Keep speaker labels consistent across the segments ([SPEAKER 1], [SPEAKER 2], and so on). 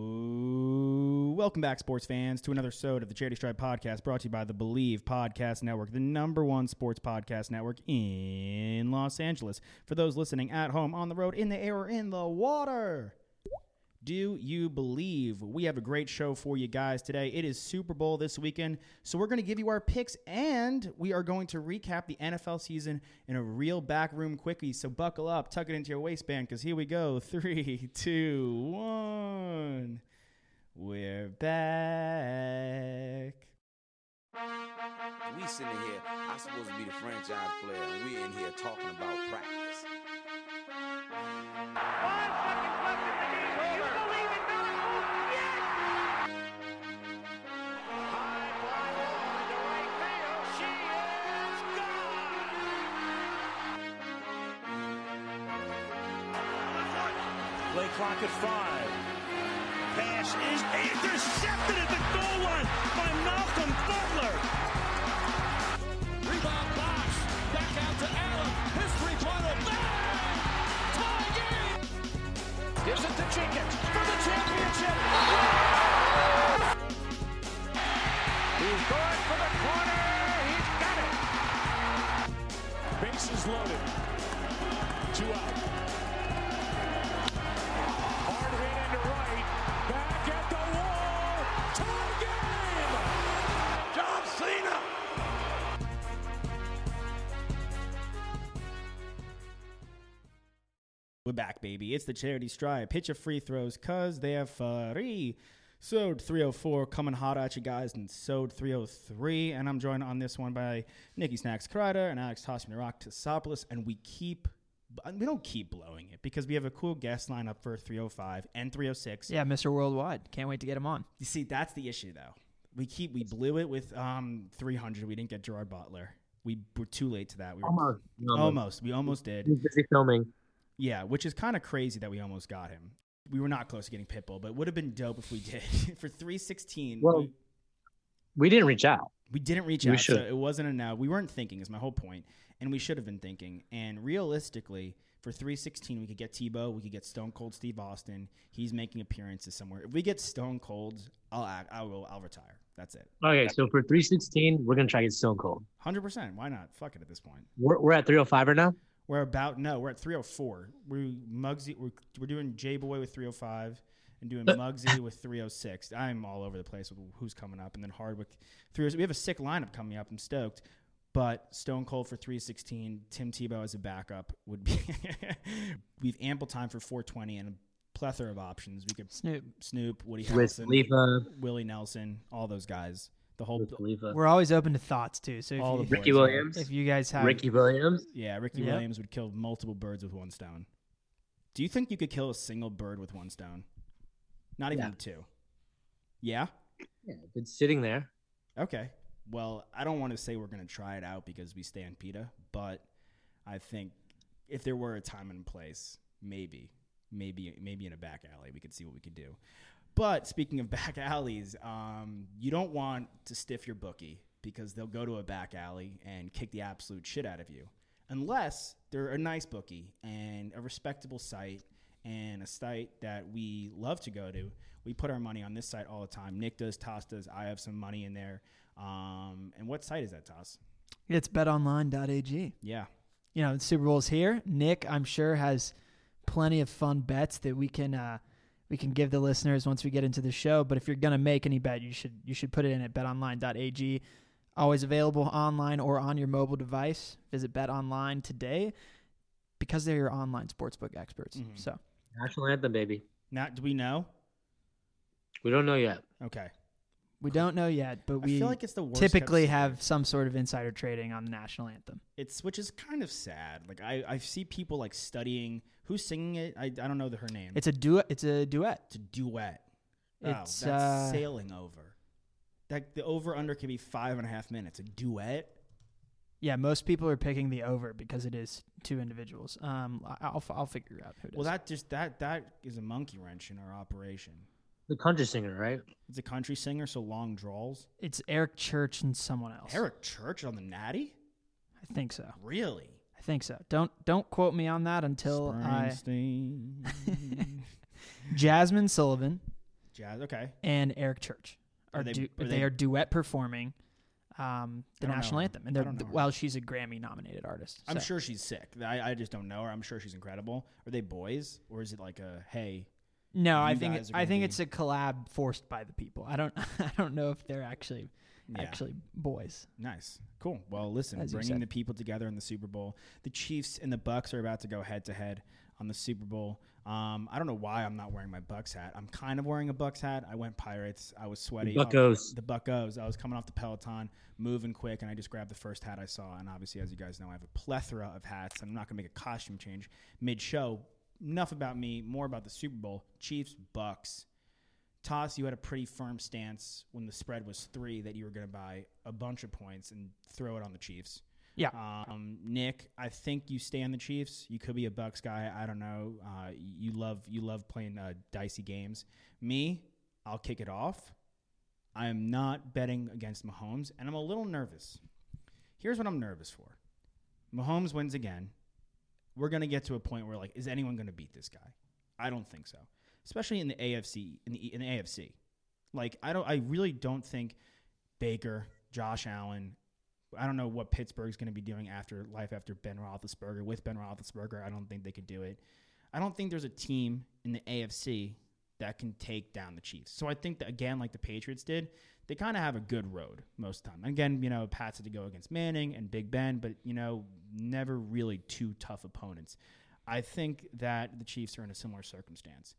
[SPEAKER 1] Ooh, welcome back, sports fans, to another episode of the Charity Stripe Podcast, brought to you by the Believe Podcast Network, the number one sports podcast network in Los Angeles. For those listening at home, on the road, in the air, or in the water. Do you believe? We have a great show for you guys today. It is Super Bowl this weekend, so we're going to give you our picks and we are going to recap the NFL season in a real backroom quickie. So buckle up, tuck it into your waistband, because here we go. Three, two, one. We're back.
[SPEAKER 2] We sitting here, I'm supposed to be the franchise player, and we're in here talking about practice.
[SPEAKER 3] Five seconds left in the game. Do you believe in miracles? Yes! High fly ball into right field. She is gone!
[SPEAKER 4] Play clock at five. Pass is intercepted at the goal line by Malcolm Butler. Rebound box. Back out to Allen. His three-pointer. Bang! Tie game. Gives it to Jenkins for the championship. He's going for the corner. He's got it. Base is loaded. Two out. Hard hit into right. Back at the wall. Tie game. John Cena.
[SPEAKER 1] We're back, baby. It's the charity stripe. Pitch of free throws, cause they're free. Sode 304 coming hot at you guys and Sode 303. And I'm joined on this one by Nikki Snacks Kreider and Alex Toshman Rock Tosopoulos. And we keep we don't keep blowing it because we have a cool guest lineup for 305 and 306.
[SPEAKER 5] Yeah, Mr. Worldwide. Can't wait to get him on.
[SPEAKER 1] You see, that's the issue though. We keep we blew it with um 300. We didn't get Gerard Butler. We were too late to that. We were
[SPEAKER 6] Almost.
[SPEAKER 1] almost. We almost did.
[SPEAKER 6] He's busy filming.
[SPEAKER 1] Yeah, which is kind of crazy that we almost got him. We were not close to getting Pitbull, but it would have been dope if we did. For 316,
[SPEAKER 6] Well,
[SPEAKER 1] we,
[SPEAKER 6] We didn't reach out.
[SPEAKER 1] we didn't reach
[SPEAKER 6] we
[SPEAKER 1] out, so
[SPEAKER 6] should.
[SPEAKER 1] it wasn't enough. We weren't thinking, is my whole point, and we should have been thinking. And realistically, for 316, we could get Tebow, we could get Stone Cold Steve Austin. He's making appearances somewhere. If we get Stone Cold, I'll act, I will, I'll retire. That's it.
[SPEAKER 6] Okay, so for 316, we're gonna try to get Stone Cold.
[SPEAKER 1] 100%. Why not? Fuck it at this point.
[SPEAKER 6] We're, we're at 305 right now.
[SPEAKER 1] We're about no, we're at 304. We Mugsy, we're, we're doing J Boy with 305 and doing Mugsy with 306. I'm all over the place with who's coming up, and then Hardwick 306. We have a sick lineup coming up. I'm stoked. But Stone Cold for 316, Tim Tebow as a backup would be. We've ample time for 420 and a plethora of options. We could
[SPEAKER 5] Snoop.
[SPEAKER 1] Snoop, Woody
[SPEAKER 6] Wiz
[SPEAKER 1] Harrelson,
[SPEAKER 6] Khalifa,
[SPEAKER 1] Willie Nelson, all those guys. The whole
[SPEAKER 6] Wiz Khalifa,
[SPEAKER 5] We're always open to thoughts too. So if,
[SPEAKER 1] All
[SPEAKER 5] you,
[SPEAKER 1] the
[SPEAKER 6] Ricky
[SPEAKER 1] boys, yeah.
[SPEAKER 6] Williams,
[SPEAKER 5] if you guys have
[SPEAKER 6] Ricky Williams.
[SPEAKER 1] Yeah, Ricky
[SPEAKER 5] Yeah.
[SPEAKER 1] Williams would kill multiple birds with one stone. Do you think you could kill a single bird with one stone? Not even
[SPEAKER 6] Yeah.
[SPEAKER 1] two. Yeah?
[SPEAKER 6] Yeah, been sitting there.
[SPEAKER 1] Okay. Well, I don't want to say we're going to try it out because we stand PETA, but I think if there were a time and place, maybe, maybe, maybe in a back alley, we could see what we could do. But speaking of back alleys, um, you don't want to stiff your bookie because they'll go to a back alley and kick the absolute shit out of you, unless they're a nice bookie and a respectable site and a site that we love to go to. We put our money on this site all the time. Nick does, Toss does. I have some money in there. Um, and what site is that, Toss?
[SPEAKER 5] it's betonline.ag.
[SPEAKER 1] Yeah,
[SPEAKER 5] You know, the Super Bowl's here. Nick, I'm sure, has plenty of fun bets that we can uh, we can give the listeners once we get into the show. But if you're gonna make any bet, you should you should put it in at betonline.ag. Always available online or on your mobile device. Visit betonline today because they're your online sportsbook experts.
[SPEAKER 1] Mhm.
[SPEAKER 5] So
[SPEAKER 6] National anthem, baby.
[SPEAKER 1] Not do we know?
[SPEAKER 6] We don't know yet.
[SPEAKER 1] Okay.
[SPEAKER 5] we don't know yet, but we
[SPEAKER 1] I feel like it's the worst. kept
[SPEAKER 5] typically
[SPEAKER 1] secret.
[SPEAKER 5] have some sort of insider trading on the national anthem.
[SPEAKER 1] it's which is kind of sad. Like I, I see people like studying who's singing it. I, I don't know the, her name.
[SPEAKER 5] It's a duet. It's a duet.
[SPEAKER 1] it's a duet.
[SPEAKER 5] It's,
[SPEAKER 1] oh, that's
[SPEAKER 5] uh,
[SPEAKER 1] sailing over. Like the over under could be five and a half minutes. A duet.
[SPEAKER 5] Yeah, most people are picking the over because it is two individuals. Um, I- I'll I'll figure out who. It
[SPEAKER 1] Well,
[SPEAKER 5] is.
[SPEAKER 1] that just that that is a monkey wrench in our operation.
[SPEAKER 6] The country singer, right?
[SPEAKER 1] It's a country singer, so long draws.
[SPEAKER 5] it's Eric Church and someone else.
[SPEAKER 1] Eric Church on the Natty,
[SPEAKER 5] I think so.
[SPEAKER 1] really?
[SPEAKER 5] I think so. Don't don't quote me on that until I
[SPEAKER 1] Springsteen.
[SPEAKER 5] Jasmine Sullivan
[SPEAKER 1] Jazz. Okay.
[SPEAKER 5] and Eric Church
[SPEAKER 1] Are
[SPEAKER 5] are,
[SPEAKER 1] they-
[SPEAKER 5] du-
[SPEAKER 1] are
[SPEAKER 5] they,
[SPEAKER 1] they-
[SPEAKER 5] are duet performing um, the
[SPEAKER 1] don't know
[SPEAKER 5] national
[SPEAKER 1] her.
[SPEAKER 5] anthem, and
[SPEAKER 1] I
[SPEAKER 5] they're
[SPEAKER 1] don't know her.
[SPEAKER 5] well, she's a Grammy nominated artist.
[SPEAKER 1] I'm
[SPEAKER 5] so.
[SPEAKER 1] sure she's sick. I, I just don't know her. I'm sure she's incredible. Are they boys or is it like a hey?
[SPEAKER 5] No, I
[SPEAKER 1] you
[SPEAKER 5] think
[SPEAKER 1] guys
[SPEAKER 5] it,
[SPEAKER 1] are
[SPEAKER 5] I
[SPEAKER 1] gonna
[SPEAKER 5] think
[SPEAKER 1] be-
[SPEAKER 5] it's a collab forced by the people. I don't I don't know if they're actually
[SPEAKER 1] Yeah.
[SPEAKER 5] actually boys.
[SPEAKER 1] Nice. Cool. Well, listen,
[SPEAKER 5] As you
[SPEAKER 1] bringing
[SPEAKER 5] said.
[SPEAKER 1] the people together in the Super Bowl. The Chiefs and the Bucks are about to go head to head on the Super Bowl. Um, I don't know why I'm not wearing my Bucks hat. I'm kind of wearing a Bucks hat. I went Pirates. I was sweaty.
[SPEAKER 6] Buccos.
[SPEAKER 1] The Buccos. I was coming off the Peloton, moving quick, and I just grabbed the first hat I saw. And obviously, as you guys know, I have a plethora of hats. I'm not going to make a costume change mid show. Enough about me, more about the Super Bowl. Chiefs, Bucks. Toss, you had a pretty firm stance when the spread was three that you were going to buy a bunch of points and throw it on the Chiefs.
[SPEAKER 5] Yeah.
[SPEAKER 1] Um, Nick, I think you stay on the Chiefs. You could be a Bucks guy. I don't know. Uh, you love you love playing uh, dicey games. Me, I'll kick it off. I am not betting against Mahomes, and I'm a little nervous. Here's what I'm nervous for: Mahomes wins again. We're gonna get to a point where like, is anyone gonna beat this guy? I don't think so, especially in the AFC. In the, in the AFC, like I don't. I really don't think Baker, Josh Allen. I don't know what Pittsburgh's going to be doing after life after Ben Roethlisberger. With Ben Roethlisberger, I don't think they could do it. I don't think there's a team in the AFC that can take down the Chiefs. So I think that again, like the Patriots did, they kind of have a good road most of the time. Again, you know, Pats had to go against Manning and Big Ben, but you know, never really two tough opponents. I think that the Chiefs are in a similar circumstance.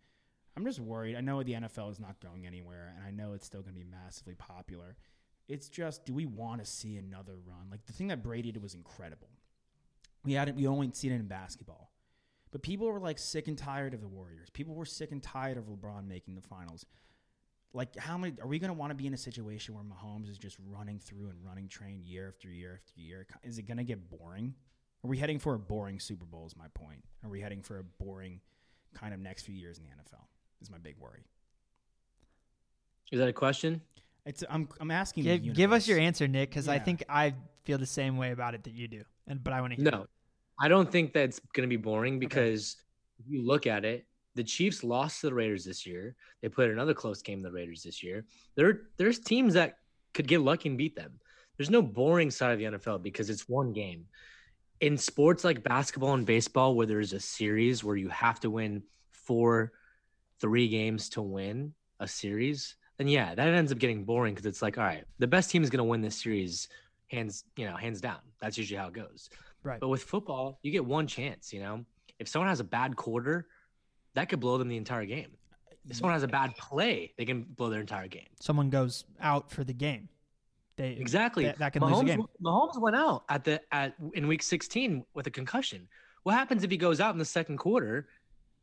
[SPEAKER 1] I'm just worried. I know the NFL is not going anywhere, and I know it's still going to be massively popular. It's just, do we want to see another run? Like the thing that Brady did was incredible. We hadn't, we only seen it in basketball, but people were like sick and tired of the Warriors. People were sick and tired of LeBron making the finals. Like, how many are we going to want to be in a situation where Mahomes is just running through and running train year after year after year? Is it going to get boring? Are we heading for a boring Super Bowl? Is my point. Are we heading for a boring kind of next few years in the NFL? Is my big worry.
[SPEAKER 6] Is that a question?
[SPEAKER 1] It's I'm I'm asking. the
[SPEAKER 5] Give, give us your
[SPEAKER 1] universe.
[SPEAKER 5] answer, Nick, because I
[SPEAKER 1] Yeah.
[SPEAKER 5] think I feel the same way about it that you do, and but I want to hear.
[SPEAKER 6] No, I don't think that's going to be boring because if you look at it, the Chiefs lost to the Raiders this year. They played another close game to the Raiders this year. There, there's teams that could get lucky and beat them. There's no boring side of the NFL because it's one game. In sports like basketball and baseball, where there's a series where you have to win four, three games to win a series, then yeah, that ends up getting boring because it's like, all right, the best team is going to win this series, hands, you know, hands down. That's usually how it goes.
[SPEAKER 5] Right.
[SPEAKER 6] But with football, you get one chance, you know? If someone has a bad quarter, that could blow them the entire game. If someone has a bad play, they can blow their entire game.
[SPEAKER 5] Someone goes out for the game. They
[SPEAKER 6] Exactly.
[SPEAKER 5] That, that can
[SPEAKER 6] Mahomes,
[SPEAKER 5] lose a game.
[SPEAKER 6] Mahomes went out at the at in week 16 with a concussion. What happens if he goes out in the second quarter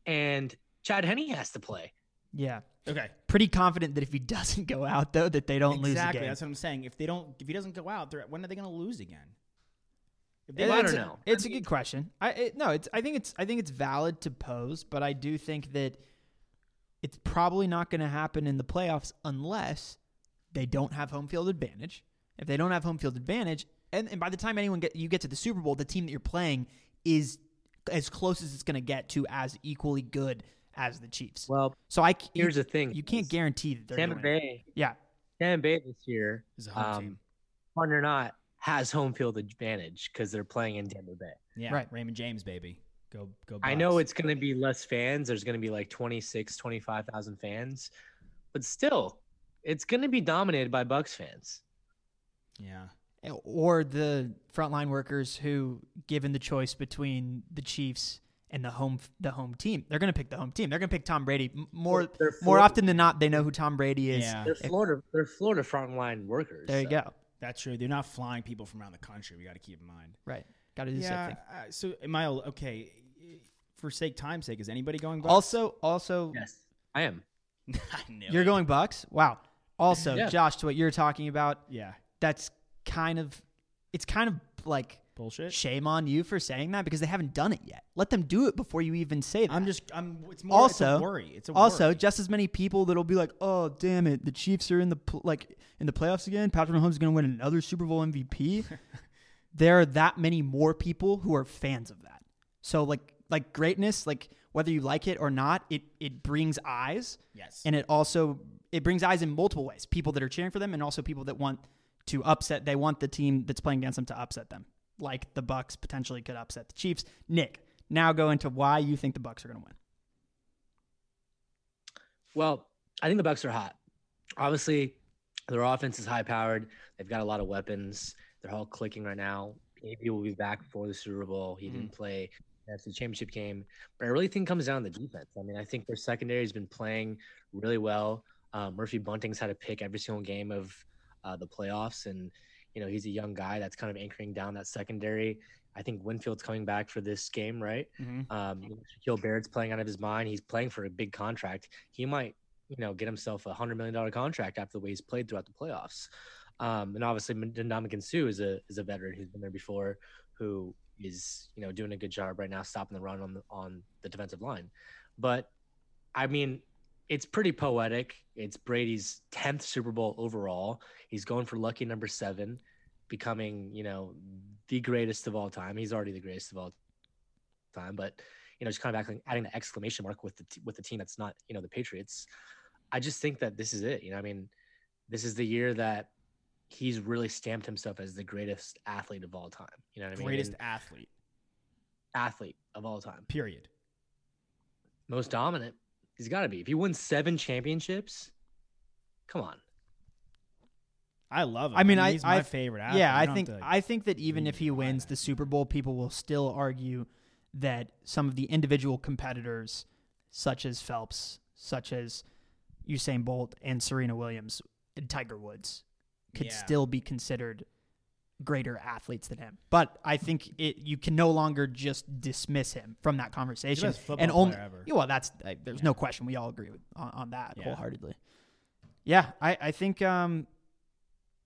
[SPEAKER 6] and Chad Henney has to play?
[SPEAKER 5] Yeah.
[SPEAKER 1] Okay,
[SPEAKER 5] Pretty confident that if he doesn't go out though, that they don't lose the
[SPEAKER 1] exactly.
[SPEAKER 5] game.
[SPEAKER 1] That's what I'm saying. If they don't, if he doesn't go out, they're, when are they going to lose again? If
[SPEAKER 6] Well, I
[SPEAKER 5] It's
[SPEAKER 6] don't
[SPEAKER 5] a-
[SPEAKER 6] know.
[SPEAKER 5] It's a good question. I it, no, it's I think it's I think it's valid to pose, but I do think that it's probably not going to happen in the playoffs unless they don't have home field advantage. If they don't have home field advantage, and, and by the time anyone get you get to the Super Bowl, the team that you're playing is as close as it's going to get to as equally good as the Chiefs.
[SPEAKER 6] Well,
[SPEAKER 5] so I c- you-
[SPEAKER 6] here's the thing.
[SPEAKER 5] you can't
[SPEAKER 6] is
[SPEAKER 5] guarantee that they're
[SPEAKER 6] Tampa
[SPEAKER 5] gonna win.
[SPEAKER 6] Bay,
[SPEAKER 5] Yeah,
[SPEAKER 6] Tampa Bay this year,
[SPEAKER 1] Is a home
[SPEAKER 6] um,
[SPEAKER 1] team.
[SPEAKER 6] fun or not, has home field advantage because they're playing in Tampa Bay.
[SPEAKER 1] Yeah,
[SPEAKER 5] right.
[SPEAKER 1] Raymond James, baby, go go.
[SPEAKER 6] I know
[SPEAKER 1] Bucks.
[SPEAKER 6] it's going to be less fans. There's going to be like 26, 25,000 fans, but still, it's going to be dominated by Bucks fans.
[SPEAKER 1] yeah.
[SPEAKER 5] or the frontline workers who, given the choice between the Chiefs and the home the home team, they're going to pick the home team. They're going to pick Tom Brady M- more more
[SPEAKER 6] They're Florida-
[SPEAKER 5] often than not. They know who Tom Brady is.
[SPEAKER 1] Yeah,
[SPEAKER 6] They're Florida. They're Florida frontline workers.
[SPEAKER 5] There you
[SPEAKER 6] so-
[SPEAKER 5] go.
[SPEAKER 1] that's true. They're not flying people from around the country. We got to keep in mind.
[SPEAKER 5] Right, got to do the same
[SPEAKER 1] Yeah.
[SPEAKER 5] thing.
[SPEAKER 1] Uh, so am I al- okay? For sake, time's sake, is anybody going? Bucks?
[SPEAKER 5] Also, also,
[SPEAKER 6] Yes, I am.
[SPEAKER 1] I knew
[SPEAKER 5] you're
[SPEAKER 1] it.
[SPEAKER 5] going Bucks. Wow. Also,
[SPEAKER 6] Yeah.
[SPEAKER 5] Josh, to what you're talking about,
[SPEAKER 1] Yeah.
[SPEAKER 5] that's kind of it's kind of like
[SPEAKER 1] Bullshit.
[SPEAKER 5] shame on you for saying that because they haven't done it yet. Let them do it before you even say that.
[SPEAKER 1] I'm just. I'm. It's more.
[SPEAKER 5] also
[SPEAKER 1] it's a worry. It's a
[SPEAKER 5] also
[SPEAKER 1] worry.
[SPEAKER 5] just as many people that'll be like, "Oh, damn it, the Chiefs are in the pl- like in the playoffs again. Patrick Mahomes is going to win another Super Bowl MVP." there are that many more people who are fans of that. So like like greatness, like whether you like it or not, it it brings eyes
[SPEAKER 1] yes.
[SPEAKER 5] and it also it brings eyes in multiple ways. People that are cheering for them, and also people that want to upset. They want the team that's playing against them to upset them, like the Bucks potentially could upset the Chiefs. Nick, now go into why you think the Bucks are going to win.
[SPEAKER 6] Well, I think the Bucks are hot. Obviously, their offense is high powered. They've got a lot of weapons. They're all clicking right now. AB will be back for the Super Bowl. He didn't play the NFC Championship game, but I really think it comes down to the defense. I mean, I think their secondary has been playing really well. Uh, Murphy Bunting's had a pick every single game of uh, the playoffs, and you know he's a young guy that's kind of anchoring down that secondary. I think Winfield's coming back for this game, right? Um, you know, Shaquille Barrett's playing out of his mind. He's playing for a big contract. He might, you know, get himself a hundred million dollar contract after the way he's played throughout the playoffs. Um, and obviously, Ndamukong Sue is a is a veteran who's been there before, who is you know doing a good job right now, stopping the run on the on the defensive line. But I mean, it's pretty poetic. It's Brady's tenth Super Bowl overall. He's going for lucky number seven, becoming you know the greatest of all time. He's already the greatest of all time, but you know just kind of acting, adding the exclamation mark with the t- with the team that's not you know the Patriots. I just think that this is it. You know, I mean, this is the year that he's really stamped himself as the greatest athlete of all time. You know what I mean?
[SPEAKER 1] Greatest
[SPEAKER 6] And
[SPEAKER 1] athlete.
[SPEAKER 6] athlete of all time,
[SPEAKER 1] Period.
[SPEAKER 6] most dominant. He's got to be. If he wins seven championships, come on.
[SPEAKER 1] I love him.
[SPEAKER 5] I mean, I-
[SPEAKER 1] he's my
[SPEAKER 5] I-
[SPEAKER 1] favorite. Athlete.
[SPEAKER 5] Yeah,
[SPEAKER 1] You
[SPEAKER 5] I
[SPEAKER 1] don't have
[SPEAKER 5] think
[SPEAKER 1] to, like,
[SPEAKER 5] I think that even if he
[SPEAKER 1] really
[SPEAKER 5] wins
[SPEAKER 1] buy
[SPEAKER 5] the Super Bowl, people will still argue that some of the individual competitors, such as Phelps, such as Usain Bolt and Serena Williams and Tiger Woods, could
[SPEAKER 1] Yeah.
[SPEAKER 5] still be considered greater athletes than him. But I think it you can no longer just dismiss him from that conversation.
[SPEAKER 1] best football
[SPEAKER 5] and only
[SPEAKER 1] player ever.
[SPEAKER 5] Yeah, well, that's uh, there's no question. We all agree with, on, on that
[SPEAKER 1] Yeah.
[SPEAKER 5] wholeheartedly. Yeah, I I think um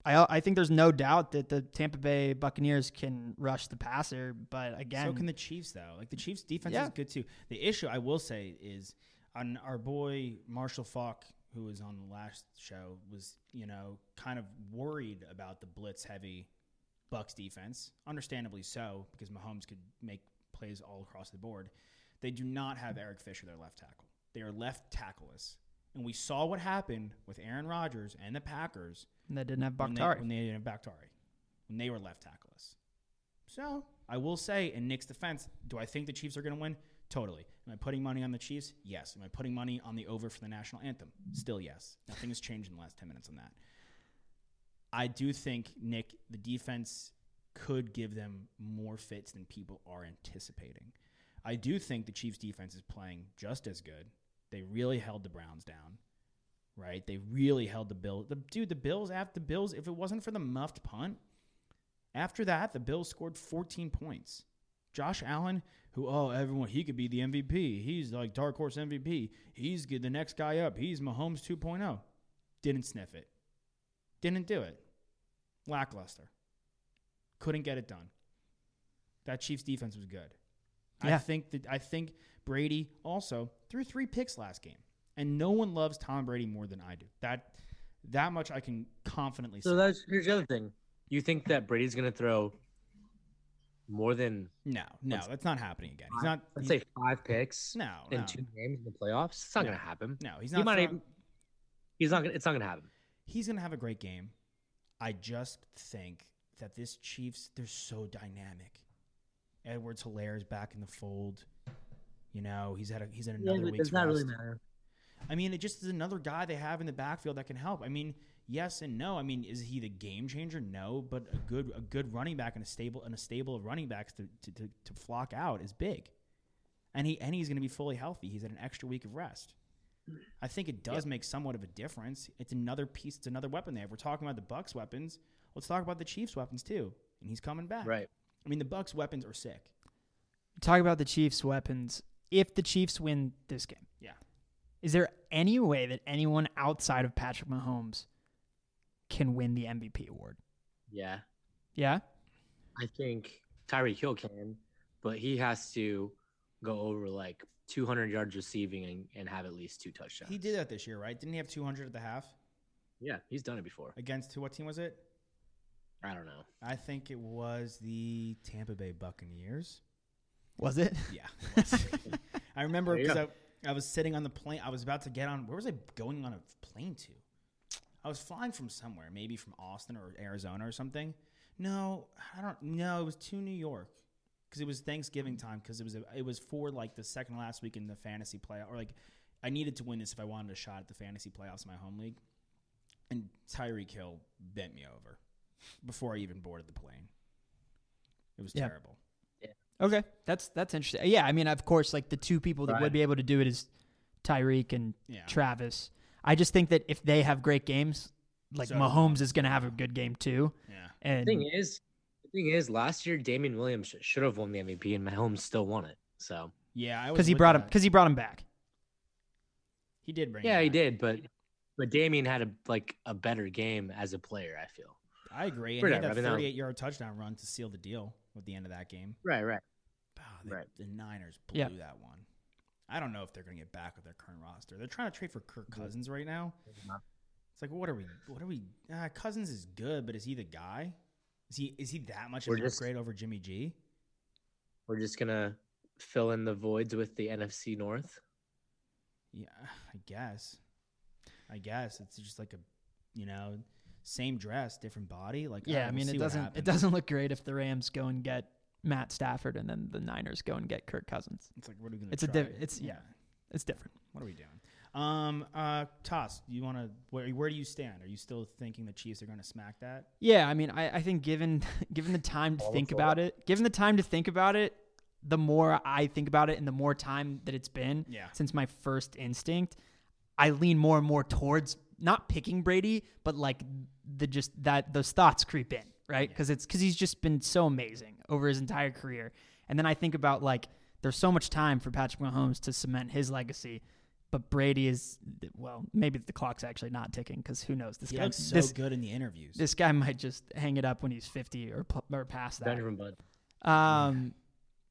[SPEAKER 5] I I think there's no doubt that the Tampa Bay Buccaneers can rush the passer, but again,
[SPEAKER 1] So can the Chiefs though. Like the Chiefs defense
[SPEAKER 5] Yeah.
[SPEAKER 1] is good too. The issue I will say is on our boy Marshall Falk, who was on the last show, was you know kind of worried about the blitz heavy Bucks defense, understandably so because Mahomes could make plays all across the board. They do not have Eric Fisher, their left tackle. They are left tackleless. And we saw what happened with Aaron Rodgers and the Packers
[SPEAKER 5] and they didn't have
[SPEAKER 1] when they-
[SPEAKER 5] Bakhtari.
[SPEAKER 1] When they didn't have Bakhtari. When they were left tackleless. So I will say, in Nick's defense, do I think the Chiefs are going to win? Totally. Am I putting money on the Chiefs? Yes. Am I putting money on the over for the national anthem? Still yes. Nothing has changed in the last 10 minutes on that. I do think, Nick, the defense could give them more fits than people are anticipating. I do think the Chiefs defense is playing just as good. They really held the Browns down right? They really held the Bills. The, dude, the Bills after the Bills, if it wasn't for the muffed punt, after that, the Bills scored 14 points. Josh Allen, who oh everyone, he could be the MVP. He's like dark horse MVP. He's good- the next guy up. He's Mahomes 2.0. Didn't sniff it. Didn't do it. Lackluster. Couldn't get it done. That Chiefs defense was good. I
[SPEAKER 5] Yeah.
[SPEAKER 1] think that I think Brady also threw three picks last game, and no one loves Tom Brady more than I do. That that much I can confidently
[SPEAKER 6] So
[SPEAKER 1] say.
[SPEAKER 6] that's here's the other thing. You think that Brady's gonna throw more than
[SPEAKER 1] no, no,
[SPEAKER 6] Let's-
[SPEAKER 1] that's not happening again. He's not.
[SPEAKER 6] let's
[SPEAKER 1] he-
[SPEAKER 6] say five picks
[SPEAKER 1] no,
[SPEAKER 6] in
[SPEAKER 1] no.
[SPEAKER 6] two games in the playoffs? It's not gonna happen.
[SPEAKER 1] No, he's
[SPEAKER 6] He
[SPEAKER 1] not.
[SPEAKER 6] might
[SPEAKER 1] throw-
[SPEAKER 6] even- He's not gonna. It's not gonna happen.
[SPEAKER 1] he's gonna have a great game. I just think that this Chiefs they're so dynamic. Edwards Hilaire is back in the fold. You know he's had a, he's had another week's rest.
[SPEAKER 6] matter.
[SPEAKER 1] I mean, it just is another guy they have in the backfield that can help. I mean, yes and no. I mean, is he the game changer? No, but a good a good running back and a stable and a stable of running backs to to, to, to flock out is big. And he and he's going to be fully healthy. He's had an extra week of rest. I think it does make somewhat of a difference. It's another piece. It's another weapon they have. We're talking about the Bucks weapons. Let's talk about the Chiefs weapons too. And he's coming back.
[SPEAKER 6] Right.
[SPEAKER 1] I mean, the Bucks weapons are sick.
[SPEAKER 5] Talk about the Chiefs' weapons. If the Chiefs win this game,
[SPEAKER 1] Yeah.
[SPEAKER 5] is there any way that anyone outside of Patrick Mahomes can win the MVP award?
[SPEAKER 6] Yeah.
[SPEAKER 5] Yeah,
[SPEAKER 6] I think Tyreek Hill can, but he has to go over like 200 yards receiving and, and have at least two touchdowns.
[SPEAKER 1] He did that this year, right? Didn't he have 200 at the half
[SPEAKER 6] Yeah, he's done it before.
[SPEAKER 1] against who? What team was it?
[SPEAKER 6] I don't know.
[SPEAKER 1] I think it was the Tampa Bay Buccaneers.
[SPEAKER 5] was it?
[SPEAKER 1] Yeah. it was. I remember
[SPEAKER 6] There you
[SPEAKER 1] because I, I
[SPEAKER 6] go.
[SPEAKER 1] was sitting on the plane. I was about to get on. Where was I going on a plane to? I was flying from somewhere, maybe from Austin or Arizona or something. No, I don't. No, it was to New York because it was Thanksgiving time. Because it was a, it was for like the second last week in the fantasy playoff, or like I needed to win this if I wanted a shot at the fantasy playoffs in my home league. And Tyreek Hill bent me over before I even boarded the plane. It was
[SPEAKER 5] Yeah.
[SPEAKER 1] terrible.
[SPEAKER 5] Okay, that's that's interesting. Yeah, I mean, of course, like the two people that would be able to do it is Tyreek and
[SPEAKER 1] Yeah.
[SPEAKER 5] Travis. I just think that if they have great games, like
[SPEAKER 1] So do
[SPEAKER 5] Mahomes is going to have a good game too.
[SPEAKER 1] Yeah.
[SPEAKER 5] And
[SPEAKER 6] thing is, the thing is, last year Damian Williams sh- should have won the MVP, and Mahomes still won it. So
[SPEAKER 1] Yeah, I was
[SPEAKER 5] because he
[SPEAKER 1] with
[SPEAKER 5] brought him,
[SPEAKER 1] that.
[SPEAKER 5] because he brought him back.
[SPEAKER 1] he did bring.
[SPEAKER 6] yeah,
[SPEAKER 1] him
[SPEAKER 6] he
[SPEAKER 1] back.
[SPEAKER 6] did, but but Damian had a like a better game as a player. I feel
[SPEAKER 1] I agree. And he
[SPEAKER 6] Whatever,
[SPEAKER 1] had
[SPEAKER 6] I
[SPEAKER 1] that
[SPEAKER 6] mean, that was-
[SPEAKER 1] 38 yard touchdown run to seal the deal with the end of that game.
[SPEAKER 6] right, right.
[SPEAKER 1] Wow, the,
[SPEAKER 6] Right.
[SPEAKER 1] the Niners blew
[SPEAKER 5] Yeah.
[SPEAKER 1] that one. I don't know if they're going to get back with their current roster. They're trying to trade for Kirk Cousins right now. It's like, what are we? What are we? Uh, Cousins is good, but is he the guy? Is he is he that much of
[SPEAKER 6] We're
[SPEAKER 1] an
[SPEAKER 6] just-
[SPEAKER 1] upgrade over Jimmy G?
[SPEAKER 6] We're just gonna fill in the voids with the NFC North.
[SPEAKER 1] Yeah, I guess. I guess it's just like a, you know, same dress, different body. Like,
[SPEAKER 5] Yeah,
[SPEAKER 1] alright,
[SPEAKER 5] I
[SPEAKER 1] we'll
[SPEAKER 5] mean,
[SPEAKER 1] see
[SPEAKER 5] it
[SPEAKER 1] what
[SPEAKER 5] doesn't it
[SPEAKER 1] happens.
[SPEAKER 5] doesn't look great if the Rams go and get Matt Stafford and then the Niners go and get Kirk Cousins.
[SPEAKER 1] It's like, what are we going to?
[SPEAKER 5] It's a diff- it's yeah, it's different.
[SPEAKER 1] What are we doing? Um, uh, Toss, you want to where, where do you stand? Are you still thinking the Chiefs are going to smack that?
[SPEAKER 5] Yeah, I mean, I, I think given given the time
[SPEAKER 1] Oh,
[SPEAKER 5] to think about it, given the time to think about it, the more I think about it, and the more time that it's been
[SPEAKER 1] Yeah.
[SPEAKER 5] since my first instinct, I lean more and more towards not picking Brady, but like the just that those thoughts creep in, right? Because it's because he's just been so amazing over his entire career, and then I think about like there's so much time for Patrick Mahomes to cement his legacy. But Brady is well, maybe the clock's actually not ticking because who knows? This
[SPEAKER 1] He
[SPEAKER 5] guy,
[SPEAKER 1] looks so
[SPEAKER 5] this,
[SPEAKER 1] good in the interviews.
[SPEAKER 5] this guy might just hang it up when he's 50 or pl- or past that.
[SPEAKER 6] Benjamin Bud.
[SPEAKER 5] Um,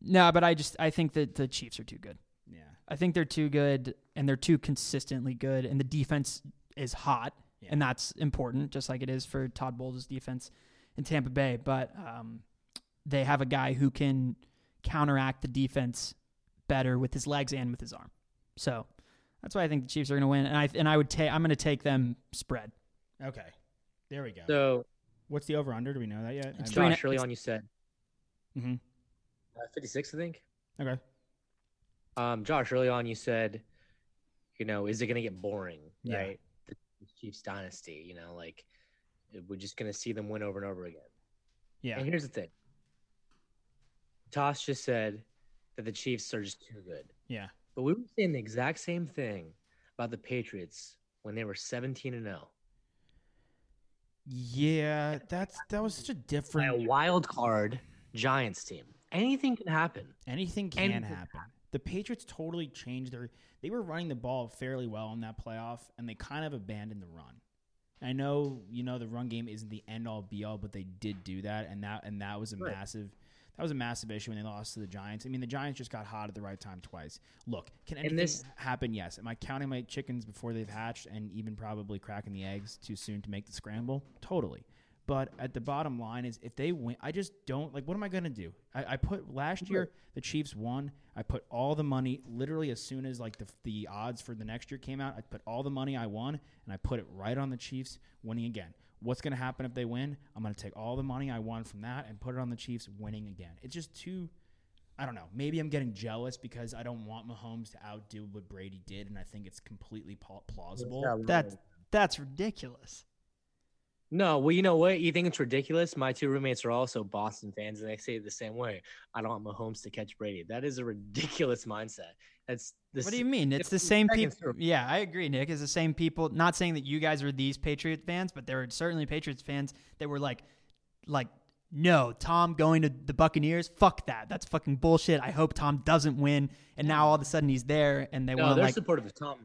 [SPEAKER 5] no, but I just I think that the Chiefs are too good.
[SPEAKER 1] yeah,
[SPEAKER 5] I think they're too good and they're too consistently good, and the defense is hot, and that's important, just like it is for Todd Bowles' defense in Tampa Bay. But um, they have a guy who can counteract the defense better with his legs and with his arm. So that's why I think the Chiefs are going to win, and I and I would take I'm going to take them spread.
[SPEAKER 1] Okay, there we go.
[SPEAKER 6] So
[SPEAKER 1] What's the over under? Do we know that yet?
[SPEAKER 5] It's
[SPEAKER 1] I
[SPEAKER 5] three and a-
[SPEAKER 6] Josh, early on you said
[SPEAKER 1] Mhm.
[SPEAKER 6] uh, 56, I think.
[SPEAKER 1] Okay.
[SPEAKER 6] Um, Josh, early on you said, you know, is it going to get boring?
[SPEAKER 1] Yeah.
[SPEAKER 6] Right, the Chiefs dynasty. You know, like we're just going to see them win over and over again.
[SPEAKER 1] Yeah,
[SPEAKER 6] And here's the thing. Toss just said that the Chiefs are just too good.
[SPEAKER 1] yeah,
[SPEAKER 6] But we were saying the exact same thing about the Patriots when they were 17 and oh. 0.
[SPEAKER 1] yeah. That's that was such a
[SPEAKER 6] By a
[SPEAKER 1] different.
[SPEAKER 6] wild card Giants team. Anything can happen.
[SPEAKER 1] Anything can
[SPEAKER 6] Anything
[SPEAKER 1] happen. The Patriots totally changed their. They were running the ball fairly well in that playoff, and they kind of abandoned the run. I know, you know, the run game isn't the end all be all, but they did do that, and that and that was a massive. That was a massive issue when they lost to the Giants. I mean, the Giants just got hot at the right time twice. Look, can anything
[SPEAKER 6] this-
[SPEAKER 1] happen? Yes. Am I counting my chickens before they've hatched and even probably cracking the eggs too soon to make the scramble? Totally. But at the bottom line is if they win, I just don't like. What am I going to do? I, I put last year the Chiefs won. I put all the money literally as soon as like the the odds for the next year came out. I put all the money I won and I put it right on the Chiefs winning again. What's going to happen if they win? I'm going to take all the money I won from that and put it on the Chiefs winning again. It's just too. I don't know. Maybe I'm getting jealous because I don't want Mahomes to outdo what Brady did, and I think it's completely pa- plausible.
[SPEAKER 5] That that's ridiculous.
[SPEAKER 6] No, well, you know what? You think it's ridiculous? My two roommates are also Boston fans, and they say it the same way. I don't want Mahomes to catch Brady. That is a ridiculous mindset. That's this.
[SPEAKER 5] What do you mean? It's the
[SPEAKER 6] it's
[SPEAKER 5] same
[SPEAKER 6] second
[SPEAKER 5] people.
[SPEAKER 6] serve.
[SPEAKER 5] Yeah, I agree, Nick. It's the same people. Not saying that you guys were these Patriot fans, but there were certainly Patriots fans that were like, like, no, Tom going to the Buccaneers. Fuck that. That's fucking bullshit. I hope Tom doesn't win. And now all of a sudden he's there, and they
[SPEAKER 6] No,
[SPEAKER 5] want
[SPEAKER 6] they're
[SPEAKER 5] like.
[SPEAKER 6] supportive of Tom,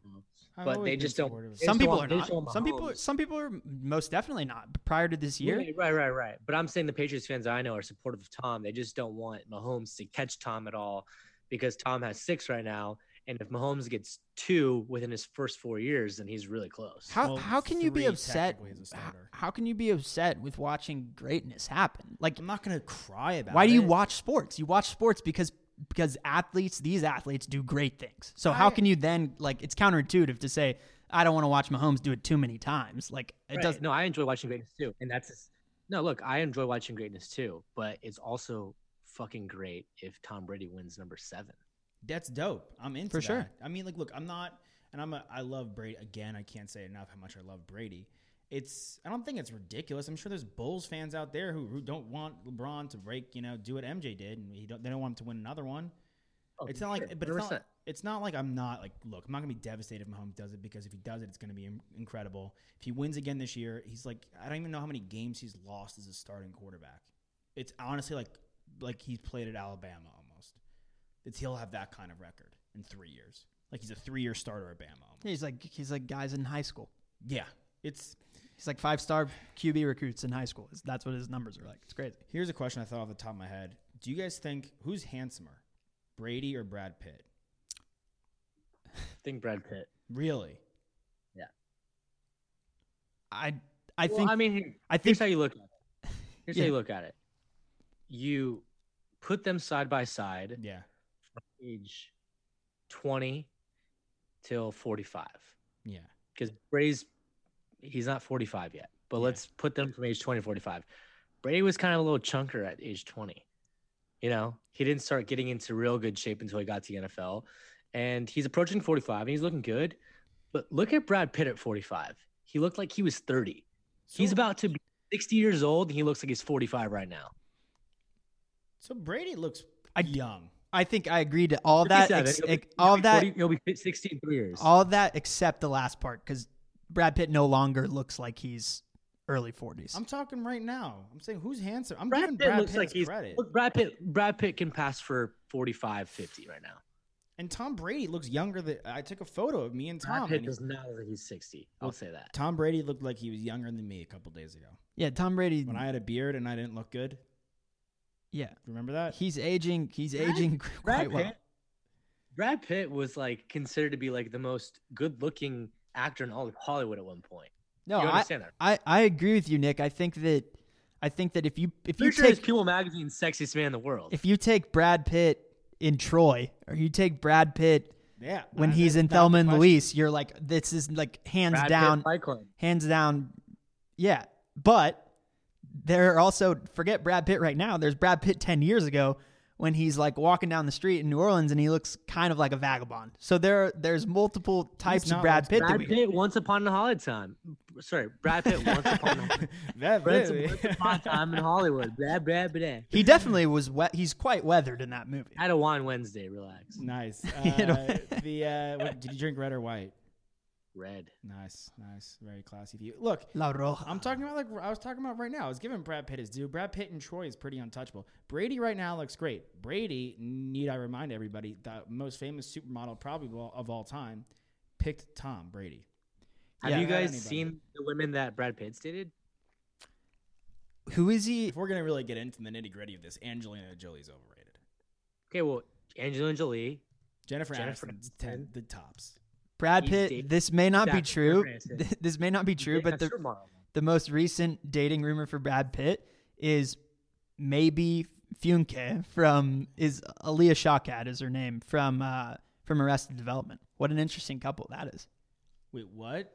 [SPEAKER 1] I've
[SPEAKER 6] but
[SPEAKER 1] always
[SPEAKER 6] they
[SPEAKER 1] been
[SPEAKER 6] just don't.
[SPEAKER 1] supportive of
[SPEAKER 6] they
[SPEAKER 5] Some
[SPEAKER 6] just
[SPEAKER 5] people
[SPEAKER 6] want-
[SPEAKER 5] are
[SPEAKER 6] they just
[SPEAKER 5] not.
[SPEAKER 6] want
[SPEAKER 5] Some people.
[SPEAKER 6] Mahomes.
[SPEAKER 5] Some people are most definitely not. Prior to this year,
[SPEAKER 6] Right, right, right, right. But I'm saying the Patriots fans I know are supportive of Tom. They just don't want Mahomes to catch Tom at all because Tom has six right now. And if Mahomes gets two within his first four years, then he's really close.
[SPEAKER 5] How
[SPEAKER 1] Well,
[SPEAKER 5] how can you be
[SPEAKER 1] three
[SPEAKER 5] upset?
[SPEAKER 1] technically as a
[SPEAKER 5] h-
[SPEAKER 1] starter.
[SPEAKER 5] How can you be upset with watching greatness happen? Like
[SPEAKER 1] I'm not going to cry about.
[SPEAKER 5] Why do you
[SPEAKER 1] it.
[SPEAKER 5] watch sports? You watch sports because because athletes, these athletes do great things. So how can you then like it's counterintuitive to say I don't want to watch Mahomes do it too many times. Like it
[SPEAKER 6] Right.
[SPEAKER 5] doesn't.
[SPEAKER 6] No, I enjoy watching greatness too, and that's no. Look, I enjoy watching greatness too, but it's also fucking great if Tom Brady wins number seven.
[SPEAKER 1] That's dope. I'm into
[SPEAKER 5] For
[SPEAKER 1] that.
[SPEAKER 5] sure.
[SPEAKER 1] I mean, like, look, I'm not, and I'm, a, I love Brady. Again, I can't say enough how much I love Brady. It's, I don't think it's ridiculous. I'm sure there's Bulls fans out there who, who don't want LeBron to break, you know, do what MJ did, and he don't, they don't want him to win another one.
[SPEAKER 6] Oh,
[SPEAKER 1] it's not like, but it's not,
[SPEAKER 6] 100%.
[SPEAKER 1] it's not like I'm not like, look, I'm not gonna be devastated if Mahomes does it because if he does it, it's gonna be in- incredible. If he wins again this year, he's like, I don't even know how many games he's lost as a starting quarterback. It's honestly like, like he's played at Alabama almost it's he'll have that kind of record in three years. Like he's a three year starter at Bama. almost.
[SPEAKER 5] He's like he's like guys in high school.
[SPEAKER 1] Yeah. It's
[SPEAKER 5] He's like five star QB recruits in high school. It's- That's what his numbers are like. It's crazy.
[SPEAKER 1] here's a question I thought off the top of my head. Do you guys think who's handsomer? Brady or Brad Pitt?
[SPEAKER 6] I think Brad Pitt.
[SPEAKER 1] Really?
[SPEAKER 5] I I
[SPEAKER 6] Well,
[SPEAKER 5] think
[SPEAKER 6] I mean,
[SPEAKER 5] I think-
[SPEAKER 6] here's how you look. At it. Here's
[SPEAKER 5] Yeah.
[SPEAKER 6] how you look at it. You put them side by side,
[SPEAKER 1] Yeah.
[SPEAKER 6] age twenty till forty-five.
[SPEAKER 1] Yeah.
[SPEAKER 6] because Brady's he's not 45 yet, but
[SPEAKER 1] Yeah.
[SPEAKER 6] let's put them from age 20 to 45. Brady was kind of a little chunker at age 20. You know, he didn't start getting into real good shape until he got to the NFL, and he's approaching 45 and he's looking good. But look at Brad Pitt at 45. He looked like he was 30. He's
[SPEAKER 1] So-
[SPEAKER 6] about to be 60 years old, and he looks like he's 45 right now.
[SPEAKER 1] So Brady looks
[SPEAKER 5] I-
[SPEAKER 1] young.
[SPEAKER 5] I think I agree to all that.
[SPEAKER 6] 47.
[SPEAKER 5] Ex-
[SPEAKER 6] He'll be-
[SPEAKER 5] ex-
[SPEAKER 6] he'll
[SPEAKER 5] all
[SPEAKER 6] be
[SPEAKER 5] that.
[SPEAKER 6] 40 he'll be 60 in three years.
[SPEAKER 5] All that except the last part because Brad Pitt no longer looks like he's early 40s.
[SPEAKER 1] I'm talking right now. I'm saying who's handsome. I'm
[SPEAKER 6] Brad
[SPEAKER 1] giving
[SPEAKER 6] Pitt
[SPEAKER 1] Brad
[SPEAKER 6] looks
[SPEAKER 1] Pitt
[SPEAKER 6] like
[SPEAKER 1] his
[SPEAKER 6] he's
[SPEAKER 1] credit.
[SPEAKER 6] look, Brad Pitt. Brad Pitt can pass for 45, 50 right now.
[SPEAKER 1] and Tom Brady looks younger than I took a photo of me and
[SPEAKER 6] Brad
[SPEAKER 1] Tom.
[SPEAKER 6] Pitt
[SPEAKER 1] And he-
[SPEAKER 6] does not look like he's 60. I'll say that.
[SPEAKER 1] Tom Brady looked like he was younger than me a couple days ago.
[SPEAKER 5] yeah, Tom Brady.
[SPEAKER 1] When I had a beard and I didn't look good.
[SPEAKER 5] yeah,
[SPEAKER 1] Remember that?
[SPEAKER 5] he's aging. He's aging quite
[SPEAKER 6] Brad
[SPEAKER 5] well.
[SPEAKER 6] Pitt, Brad Pitt was like considered to be like the most good-looking actor in all of Hollywood at one point.
[SPEAKER 5] No,
[SPEAKER 6] you
[SPEAKER 5] I,
[SPEAKER 6] understand that?
[SPEAKER 5] I I agree with you, Nick. I think that I think that if you if you
[SPEAKER 6] Pretty sure it's
[SPEAKER 5] take
[SPEAKER 6] People Magazine's sexiest man in the world.
[SPEAKER 5] if you take Brad Pitt in Troy or you take Brad Pitt
[SPEAKER 1] yeah.
[SPEAKER 5] when
[SPEAKER 1] I-
[SPEAKER 5] he's in
[SPEAKER 1] that's not the
[SPEAKER 5] Thelma and
[SPEAKER 1] question.
[SPEAKER 5] Louise, you're like this is like hands
[SPEAKER 6] Brad Pitt,
[SPEAKER 5] down
[SPEAKER 6] Fight Club.
[SPEAKER 5] hands down yeah but there are also forget brad pitt right now there's brad pitt 10 years ago when he's like walking down the street in new orleans and he looks kind of like a vagabond so there are, there's multiple types of
[SPEAKER 1] not
[SPEAKER 5] brad
[SPEAKER 1] like
[SPEAKER 5] pitt, that
[SPEAKER 6] Brad
[SPEAKER 5] we-
[SPEAKER 6] Pitt once upon a Hollywood time. Sorry, Brad Pitt once upon a
[SPEAKER 1] that
[SPEAKER 6] Once
[SPEAKER 1] really-
[SPEAKER 6] upon a time in Hollywood. Blah blah blah.
[SPEAKER 5] he definitely was wet he's quite weathered in that movie
[SPEAKER 6] Had a wine Wednesday. Relax.
[SPEAKER 1] nice.
[SPEAKER 5] You know?
[SPEAKER 1] Uh, the uh, what, did you drink red or white?
[SPEAKER 6] Red.
[SPEAKER 1] Nice, nice, very classy view. Look,
[SPEAKER 5] la roja
[SPEAKER 1] I'm talking about like I was talking about right now. I was giving Brad Pitt his due. Brad Pitt and Troy is pretty untouchable. Brady right now looks great. Brady, need I remind everybody, the most famous supermodel probably of all- of all time, picked Tom Brady.
[SPEAKER 6] Have
[SPEAKER 5] Yeah.
[SPEAKER 6] you
[SPEAKER 1] Not
[SPEAKER 6] guys
[SPEAKER 1] anybody.
[SPEAKER 6] seen the women that Brad Pitt dated?
[SPEAKER 5] who is he
[SPEAKER 1] If we're gonna really get into the nitty gritty of this, Angelina Jolie's overrated.
[SPEAKER 6] Okay, well, Angelina Jolie.
[SPEAKER 1] Jennifer,
[SPEAKER 6] Jennifer
[SPEAKER 1] Aniston's ten, the tops.
[SPEAKER 5] brad
[SPEAKER 6] He's
[SPEAKER 5] pitt
[SPEAKER 6] dating
[SPEAKER 5] this may not be
[SPEAKER 6] Jennifer
[SPEAKER 5] true
[SPEAKER 6] Aniston.
[SPEAKER 5] this may not be true but the, the most recent dating rumor for Brad Pitt is maybe Funke from is Aaliyah Shawkat is her name from uh, from Arrested Development. What an interesting couple that is.
[SPEAKER 1] Wait, what?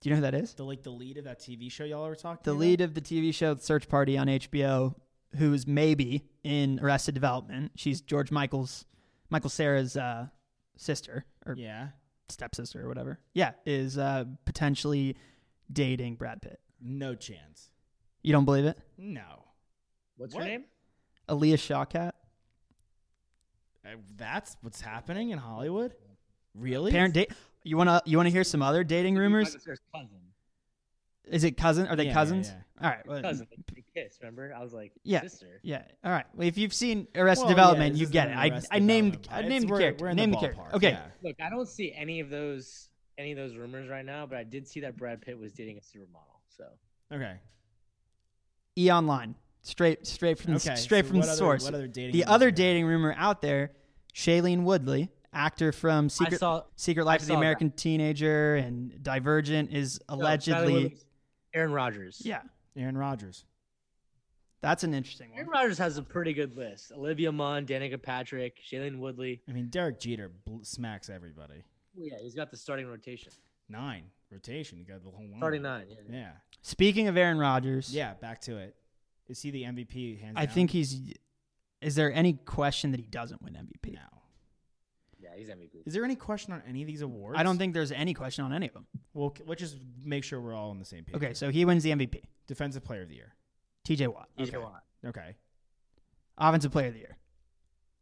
[SPEAKER 5] Do you know who that is?
[SPEAKER 1] The like the lead of that TV show y'all were talking.
[SPEAKER 5] The
[SPEAKER 1] about?
[SPEAKER 5] lead of the TV show Search Party on HBO, who's maybe in Arrested Development. She's George Michael's Michael Sarah's uh, sister or
[SPEAKER 1] Yeah.
[SPEAKER 5] stepsister or whatever. Yeah, is uh, potentially dating Brad Pitt.
[SPEAKER 1] No chance.
[SPEAKER 5] You don't believe it?
[SPEAKER 1] No.
[SPEAKER 6] What's
[SPEAKER 1] What?
[SPEAKER 6] her name?
[SPEAKER 5] Aaliyah Shawkat.
[SPEAKER 1] Uh, That's what's happening in Hollywood? Really?
[SPEAKER 5] Parent date. You wanna you wanna hear some other dating rumors?
[SPEAKER 6] cousin.
[SPEAKER 5] Is it cousin? Are they
[SPEAKER 1] Yeah, yeah,
[SPEAKER 5] cousins?
[SPEAKER 1] yeah.
[SPEAKER 5] All right. Well,
[SPEAKER 6] Cousin. They kissed, remember? I was like,
[SPEAKER 5] Yeah.
[SPEAKER 6] sister.
[SPEAKER 5] Yeah. All right. Well, if you've seen Arrested
[SPEAKER 1] Well, yeah,
[SPEAKER 5] Development,
[SPEAKER 1] this
[SPEAKER 5] you
[SPEAKER 1] is
[SPEAKER 5] get
[SPEAKER 1] an
[SPEAKER 5] it. I,
[SPEAKER 1] Arrested
[SPEAKER 5] I named
[SPEAKER 1] Development
[SPEAKER 5] I
[SPEAKER 1] pod.
[SPEAKER 5] named
[SPEAKER 1] It's-
[SPEAKER 5] the
[SPEAKER 1] we're-
[SPEAKER 5] character.
[SPEAKER 1] we're in
[SPEAKER 5] named the,
[SPEAKER 1] the
[SPEAKER 5] character.
[SPEAKER 1] ballpark,
[SPEAKER 5] Okay.
[SPEAKER 1] yeah.
[SPEAKER 6] Look, I don't see any of those any of those rumors right now, but I did see that Brad Pitt was dating a supermodel. So
[SPEAKER 1] Okay.
[SPEAKER 5] E online. Straight straight from
[SPEAKER 1] Okay,
[SPEAKER 5] the, straight
[SPEAKER 1] so
[SPEAKER 5] from
[SPEAKER 1] what
[SPEAKER 5] the
[SPEAKER 1] other-
[SPEAKER 5] source.
[SPEAKER 1] what other dating
[SPEAKER 5] the
[SPEAKER 1] rumors are
[SPEAKER 5] other
[SPEAKER 1] there?
[SPEAKER 5] dating rumor out there, Shailene Woodley, actor from Secret
[SPEAKER 6] saw-
[SPEAKER 5] Secret Life of the
[SPEAKER 6] saw that.
[SPEAKER 5] American Teenager and Divergent, is
[SPEAKER 6] No, Tyler
[SPEAKER 5] allegedly
[SPEAKER 6] Williams, Aaron Rodgers.
[SPEAKER 5] yeah.
[SPEAKER 1] Aaron Rodgers.
[SPEAKER 5] That's an interesting
[SPEAKER 6] Aaron
[SPEAKER 5] one.
[SPEAKER 6] Rodgers has a pretty good list. Olivia Munn, Danica Patrick, Jalen Woodley.
[SPEAKER 1] I mean, Derek Jeter bl- smacks everybody.
[SPEAKER 6] Well, Oh, yeah, he's got the starting rotation.
[SPEAKER 1] Nine rotation. You got the
[SPEAKER 5] Mm.
[SPEAKER 1] whole one.
[SPEAKER 6] Starting nine. Yeah.
[SPEAKER 1] Yeah.
[SPEAKER 5] Speaking of Aaron Rodgers,
[SPEAKER 1] Yeah. Back to it. Is he the MVP? Hands
[SPEAKER 5] I
[SPEAKER 1] down?
[SPEAKER 5] think he's. Is there any question that he doesn't win MVP?
[SPEAKER 1] no.
[SPEAKER 6] Yeah, he's MVP.
[SPEAKER 1] Is there any question on any of these awards?
[SPEAKER 5] I don't think there's any question on any of them.
[SPEAKER 1] Well, c- let's just make sure we're all on the same page.
[SPEAKER 5] Okay, so he wins the MVP.
[SPEAKER 1] Defensive Player of the Year.
[SPEAKER 5] TJ Watt,
[SPEAKER 6] He's
[SPEAKER 1] Okay.
[SPEAKER 6] a lot.
[SPEAKER 1] Okay.
[SPEAKER 5] Offensive Player of the Year.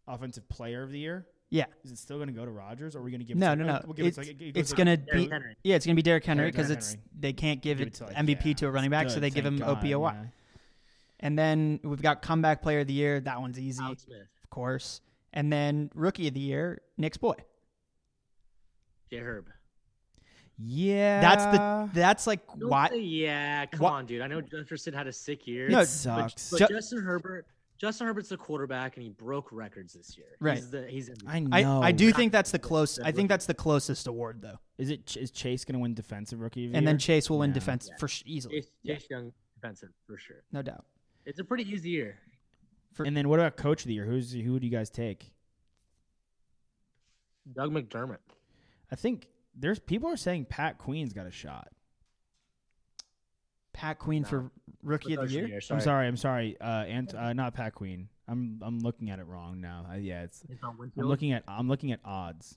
[SPEAKER 1] Offensive Player of the Year.
[SPEAKER 5] Yeah.
[SPEAKER 1] Is it still going to go to Rodgers, or are we going to give?
[SPEAKER 5] No,
[SPEAKER 1] it to,
[SPEAKER 5] no, no.
[SPEAKER 1] We'll give
[SPEAKER 5] it's
[SPEAKER 1] it to, it goes
[SPEAKER 5] it's gonna
[SPEAKER 6] Derrick
[SPEAKER 5] be
[SPEAKER 6] Henry.
[SPEAKER 5] yeah, it's gonna be Derrick Henry
[SPEAKER 1] Derrick
[SPEAKER 5] because it's
[SPEAKER 1] Henry.
[SPEAKER 5] they can't give,
[SPEAKER 1] Give
[SPEAKER 5] it
[SPEAKER 1] to, like,
[SPEAKER 5] MVP
[SPEAKER 1] yeah,
[SPEAKER 5] to a running back, so
[SPEAKER 1] good,
[SPEAKER 5] they give
[SPEAKER 1] thank
[SPEAKER 5] him
[SPEAKER 1] God,
[SPEAKER 5] OPOY.
[SPEAKER 1] yeah.
[SPEAKER 5] And then we've got comeback player of the year. That one's easy,
[SPEAKER 6] Alex Smith,
[SPEAKER 5] of course. And then rookie of the year, Nick's boy.
[SPEAKER 6] J Herb.
[SPEAKER 1] Yeah.
[SPEAKER 5] That's the that's like
[SPEAKER 6] Don't
[SPEAKER 5] why
[SPEAKER 6] say yeah, come
[SPEAKER 5] What?
[SPEAKER 6] on, dude. I know Jefferson had a sick year.
[SPEAKER 5] No,
[SPEAKER 1] it
[SPEAKER 6] but,
[SPEAKER 1] sucks.
[SPEAKER 6] but
[SPEAKER 5] Ju-
[SPEAKER 6] Justin Herbert. Justin Herbert's the quarterback, and he broke records this year.
[SPEAKER 5] Right.
[SPEAKER 6] He's the he's. MVP.
[SPEAKER 1] I know.
[SPEAKER 5] I, I do think that's the
[SPEAKER 6] That
[SPEAKER 5] close. I
[SPEAKER 6] rookie.
[SPEAKER 5] think that's the closest award though.
[SPEAKER 1] Is it? Ch- Is Chase going to win Defensive Rookie of the
[SPEAKER 5] And
[SPEAKER 1] Year?
[SPEAKER 5] then Chase will win
[SPEAKER 1] Yeah.
[SPEAKER 5] defense
[SPEAKER 6] Yeah.
[SPEAKER 5] for sh- easily,
[SPEAKER 6] Chase, Chase Young defensive for sure.
[SPEAKER 5] no doubt.
[SPEAKER 6] It's a pretty easy year.
[SPEAKER 1] And then what about Coach of the Year? Who's who would you guys take?
[SPEAKER 6] Doug McDermott.
[SPEAKER 1] I think there's people are saying Pat Queen's got a shot.
[SPEAKER 5] Pat Queen
[SPEAKER 6] No.
[SPEAKER 5] for rookie of the
[SPEAKER 6] Freshman
[SPEAKER 5] year.
[SPEAKER 6] year, sorry.
[SPEAKER 1] I'm sorry. I'm sorry. Uh, Ant, uh, not Pat Queen. I'm I'm looking at it wrong now. Uh, yeah, it's.
[SPEAKER 6] It's on
[SPEAKER 1] I'm
[SPEAKER 6] Winfield.
[SPEAKER 1] looking at I'm looking at odds.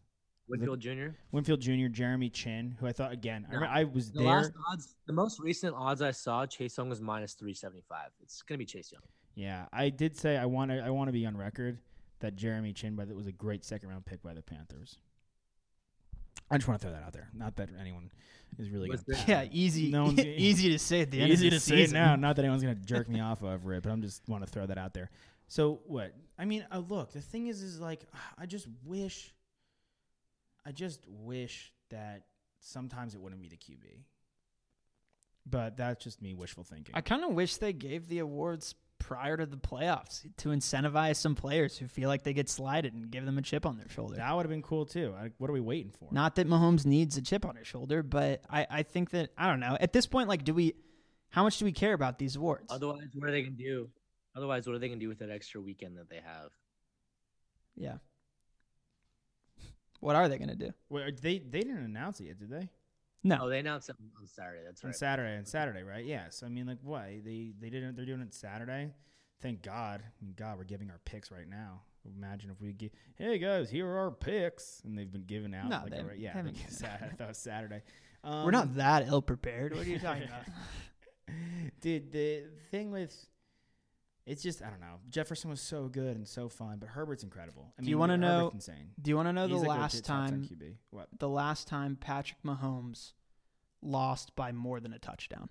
[SPEAKER 6] Winfield Jr.
[SPEAKER 1] Winfield Jr., Jeremy Chin, who I thought again. I,
[SPEAKER 6] No.
[SPEAKER 1] remember I was
[SPEAKER 6] The
[SPEAKER 1] there.
[SPEAKER 6] last odds, the most recent odds I saw, Chase Young was minus three seventy five. It's gonna be Chase Young.
[SPEAKER 1] Yeah, I did say I want to. I want to be on record that Jeremy Chin, by the, was a great second round pick by the Panthers. I just want to throw that out there. Not that anyone is really
[SPEAKER 6] Was
[SPEAKER 1] gonna,
[SPEAKER 6] there-
[SPEAKER 5] Yeah, easy,
[SPEAKER 1] No one's-
[SPEAKER 5] easy to say at the end.
[SPEAKER 1] easy
[SPEAKER 5] of the
[SPEAKER 1] to say it
[SPEAKER 5] season.
[SPEAKER 1] now. Not that anyone's gonna jerk me off over it, but I'm just want to throw that out there. So what? I mean, uh, look. The thing is, is like I just wish. I just wish that sometimes it wouldn't be the QB. But that's just me wishful thinking.
[SPEAKER 5] I kind of wish they gave the awards prior to the playoffs to incentivize some players who feel like they get slided and give them a chip on their shoulder.
[SPEAKER 1] that would have been cool too. I, what are we waiting for?
[SPEAKER 5] Not that Mahomes needs a chip on his shoulder, but I, I think that I don't know. At this point, like, do we? How much do we care about these awards?
[SPEAKER 6] Otherwise, what are they gonna do? Otherwise, what are they gonna do with that extra weekend that they have?
[SPEAKER 5] yeah. What are they going to do?
[SPEAKER 1] Wait, uh, they they didn't announce it yet, did they?
[SPEAKER 5] No,
[SPEAKER 6] Oh, they announced it on Saturday. That's
[SPEAKER 1] on
[SPEAKER 6] right.
[SPEAKER 1] Saturday and Saturday, right? Yeah. So I mean, like, what they they didn't they're doing it Saturday. Thank God. I mean, God, we're giving our picks right now. Imagine if we get, hey guys, here are our picks, and they've been given out.
[SPEAKER 5] No,
[SPEAKER 1] like,
[SPEAKER 5] they
[SPEAKER 1] already- yeah,
[SPEAKER 5] haven't
[SPEAKER 1] like,
[SPEAKER 5] done
[SPEAKER 1] Sat- I thought it was Saturday.
[SPEAKER 5] we're
[SPEAKER 1] Um,
[SPEAKER 5] not that ill prepared. What are you talking about?
[SPEAKER 1] Dude, the thing with it's just I don't know. Jefferson was so good and so fun, but Herbert's incredible. I
[SPEAKER 5] Do
[SPEAKER 1] mean,
[SPEAKER 5] you wanna
[SPEAKER 1] Herbert's
[SPEAKER 5] know-
[SPEAKER 1] Insane.
[SPEAKER 5] Do you want to know
[SPEAKER 1] He's
[SPEAKER 5] the
[SPEAKER 1] like legit
[SPEAKER 5] last
[SPEAKER 1] top 10
[SPEAKER 5] time?
[SPEAKER 1] QB. What?
[SPEAKER 5] The last time Patrick Mahomes lost by more than a touchdown?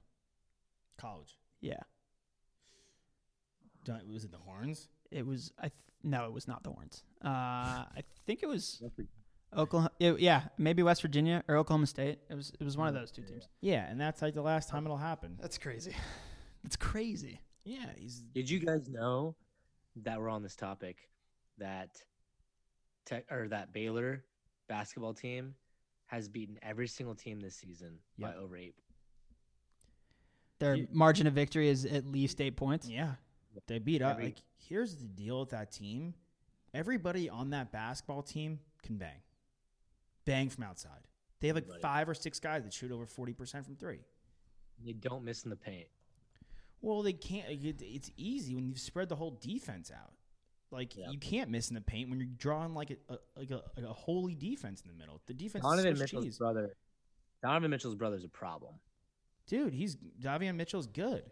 [SPEAKER 1] College.
[SPEAKER 5] Yeah.
[SPEAKER 1] Don't- Was it the horns?
[SPEAKER 5] it was I th- no, it was not the Horns. Uh, I think it was Oklahoma. yeah, maybe West Virginia or Oklahoma State. It was it was one of those two teams.
[SPEAKER 1] Yeah, and that's like the last time it'll happen.
[SPEAKER 5] That's crazy. That's crazy.
[SPEAKER 1] Yeah, he's
[SPEAKER 6] Did you guys know that we're on this topic that tech or that Baylor basketball team has beaten every single team this season
[SPEAKER 1] Yep.
[SPEAKER 6] by over eight?
[SPEAKER 5] Their
[SPEAKER 1] You-
[SPEAKER 5] margin of victory is at least eight points.
[SPEAKER 1] Yeah. They beat up.
[SPEAKER 6] Every-
[SPEAKER 1] Like, here's the deal with that team. Everybody on that basketball team can bang. Bang from outside. They have like
[SPEAKER 6] Everybody.
[SPEAKER 1] five or six guys that shoot over 40% from three.
[SPEAKER 6] They don't miss in the paint.
[SPEAKER 1] Well, they can't. like, it- It's easy when you've spread the whole defense out. Like,
[SPEAKER 6] Yeah.
[SPEAKER 1] you can't miss in the paint when you're drawing like a, a, like a, like a holy defense in the middle. The defense is
[SPEAKER 6] Donovan
[SPEAKER 1] so
[SPEAKER 6] Mitchell's
[SPEAKER 1] cheese.
[SPEAKER 6] brother. Donovan Mitchell's brother is a problem.
[SPEAKER 1] Dude, he's. Davion Mitchell's good.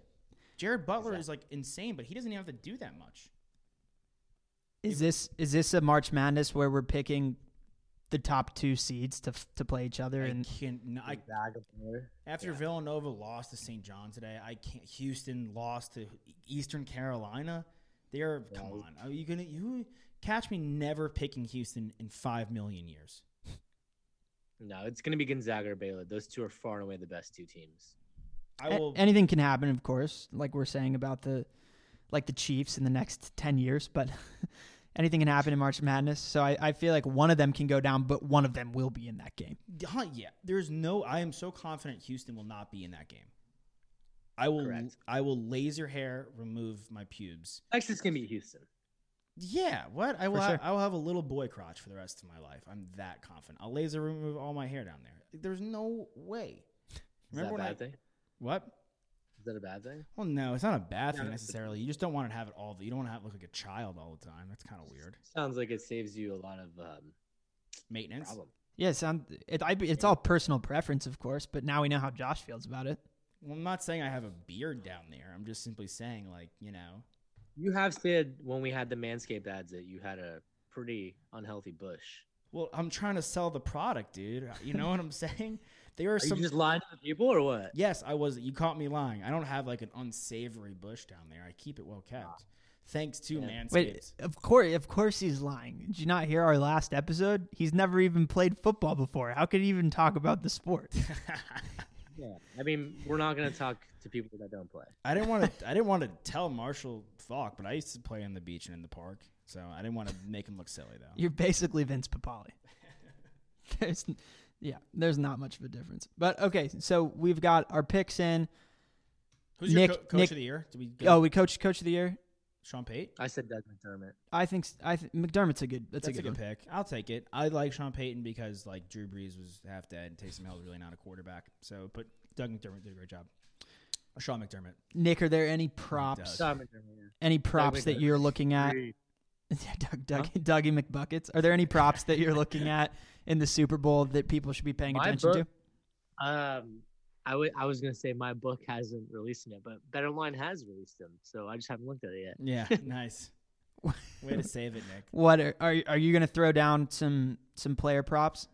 [SPEAKER 1] Jared Butler
[SPEAKER 6] Exactly.
[SPEAKER 1] is like insane, but he doesn't even have to do that much.
[SPEAKER 5] Is this is this a March Madness where we're picking the top two seeds to f- to play each other?
[SPEAKER 1] I
[SPEAKER 5] And
[SPEAKER 1] can't. no, I
[SPEAKER 6] Bag of player.
[SPEAKER 1] After Villanova lost to St. John today, I can't. Houston lost to Eastern Carolina. They're come on. Are you gonna you catch me never picking Houston in five million years?
[SPEAKER 6] No, it's going to be Gonzaga or Baylor. Those two are far and away the best two teams.
[SPEAKER 1] I
[SPEAKER 5] a-
[SPEAKER 1] will.
[SPEAKER 5] anything can happen, of course. Like we're saying about the like the Chiefs in the next ten years, but. Anything can happen in March Madness, so I, I feel like one of them can go down, but one of them will be in that game.
[SPEAKER 1] huh, yeah, there's no. I am so confident Houston will not be in that game. I will
[SPEAKER 6] Correct.
[SPEAKER 1] I will laser hair remove my pubes.
[SPEAKER 6] Texas can beat Houston.
[SPEAKER 1] Yeah, what? I will
[SPEAKER 5] sure.
[SPEAKER 1] have, I will have a little boy crotch for the rest of my life. I'm that confident. I'll laser remove all my hair down there. There's no way.
[SPEAKER 6] Is that
[SPEAKER 1] Remember
[SPEAKER 6] a
[SPEAKER 1] when
[SPEAKER 6] bad
[SPEAKER 1] I
[SPEAKER 6] thing?
[SPEAKER 1] what?
[SPEAKER 6] Is that a bad thing?
[SPEAKER 1] Well, no, it's not a bad
[SPEAKER 6] No,
[SPEAKER 1] thing
[SPEAKER 6] that's-
[SPEAKER 1] necessarily. You just don't want to have it all. You don't want to have look like a child all the time. That's kind of weird.
[SPEAKER 6] Sounds like it saves you a lot of um,
[SPEAKER 1] Maintenance.
[SPEAKER 6] problem.
[SPEAKER 5] Yeah, sound it, I, it's all personal preference, of course, but now we know how Josh feels about it.
[SPEAKER 1] Well, I'm not saying I have a beard down there. I'm just simply saying, like, you know,
[SPEAKER 6] You have said when we had the Manscaped ads that you had a pretty unhealthy bush.
[SPEAKER 1] well, I'm trying to sell the product, dude. Uh, You know what I'm saying? There are,
[SPEAKER 6] Are
[SPEAKER 1] some.
[SPEAKER 6] you just lying to the people or what?
[SPEAKER 1] yes, I was. You caught me lying. I don't have like an unsavory bush down there. I keep it well kept. Thanks to
[SPEAKER 6] Yeah.
[SPEAKER 1] Manscaped.
[SPEAKER 5] Wait, of course, of course he's lying. Did you not hear our last episode? He's never even played football before. How could he even talk about the sport?
[SPEAKER 6] Yeah. I mean, we're not going to talk to people that don't play.
[SPEAKER 1] I didn't want to. I didn't want to tell Marshall Falk, but I used to play on the beach and in the park, so I didn't want to make him look silly though.
[SPEAKER 5] You're basically Vince Papali. There's, yeah, there's not much of a difference. But okay, so we've got our picks in.
[SPEAKER 1] Who's
[SPEAKER 5] Nick-
[SPEAKER 1] your co- coach
[SPEAKER 5] Nick-
[SPEAKER 1] of the year? Did we go
[SPEAKER 5] Oh, we coach coach of the year.
[SPEAKER 1] Sean Pate?
[SPEAKER 6] I said Doug McDermott.
[SPEAKER 5] I think s- I th- McDermott's a good. That's,
[SPEAKER 1] That's,
[SPEAKER 5] a good,
[SPEAKER 1] pick. I'll take it. I like Sean Payton because like Drew Brees was half dead and Taysom Hill is really not a quarterback. So, but Doug McDermott did a great job. Or Sean McDermott.
[SPEAKER 5] one. Nick, are there any props?
[SPEAKER 1] Doug.
[SPEAKER 6] Doug McDermott.
[SPEAKER 5] Any props that
[SPEAKER 6] McDermott.
[SPEAKER 5] you're looking
[SPEAKER 6] yeah.
[SPEAKER 5] at? Doug, Doug, Dougie McBuckets. Are there any props that you're looking at in the Super Bowl that people should be paying
[SPEAKER 6] My
[SPEAKER 5] attention
[SPEAKER 6] book-
[SPEAKER 5] to?
[SPEAKER 6] Um, I, w- I was going to say my book hasn't released them yet, but Better Line has released them. So I just haven't looked at it yet.
[SPEAKER 1] Yeah, nice. Way to save it, Nick.
[SPEAKER 5] What are are, are you going to throw down some some player props?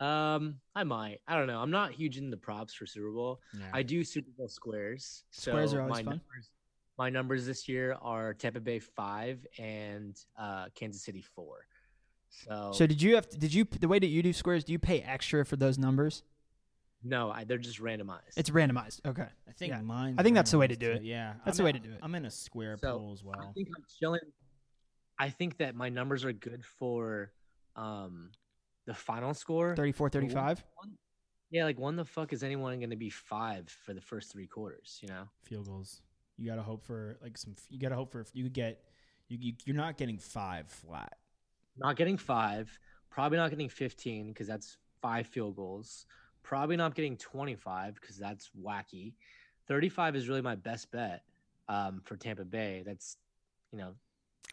[SPEAKER 6] Um, I might. I don't know. I'm not huge into props for Super Bowl. I do Super Bowl squares. So
[SPEAKER 5] Squares are always
[SPEAKER 6] my
[SPEAKER 5] fun.
[SPEAKER 6] Numbers, my numbers this year are Tampa Bay five and uh, Kansas City four. So,
[SPEAKER 5] So did you have did you the way that you do squares? Do you pay extra for those numbers?
[SPEAKER 6] no, I, they're just randomized.
[SPEAKER 5] It's randomized. Okay.
[SPEAKER 1] I think
[SPEAKER 5] yeah.
[SPEAKER 1] mine.
[SPEAKER 5] I think that's the way to do it.
[SPEAKER 1] Yeah,
[SPEAKER 5] That's
[SPEAKER 1] I'm a-
[SPEAKER 5] the way to do it.
[SPEAKER 1] I'm in a square
[SPEAKER 6] So,
[SPEAKER 1] pool as
[SPEAKER 6] I
[SPEAKER 1] well.
[SPEAKER 6] think I'm chilling. I think that my numbers are good for um, the final score.
[SPEAKER 5] 34 35
[SPEAKER 6] One- Yeah, like when the fuck is anyone going to be five for the first three quarters? You know,
[SPEAKER 1] Field goals. You gotta hope for like some. You gotta hope for you get. You, you you're not getting five flat.
[SPEAKER 6] not getting five, probably not getting 15 because that's five field goals, probably not getting 25 because that's wacky. 35 is really my best bet um, for Tampa Bay. That's, you know,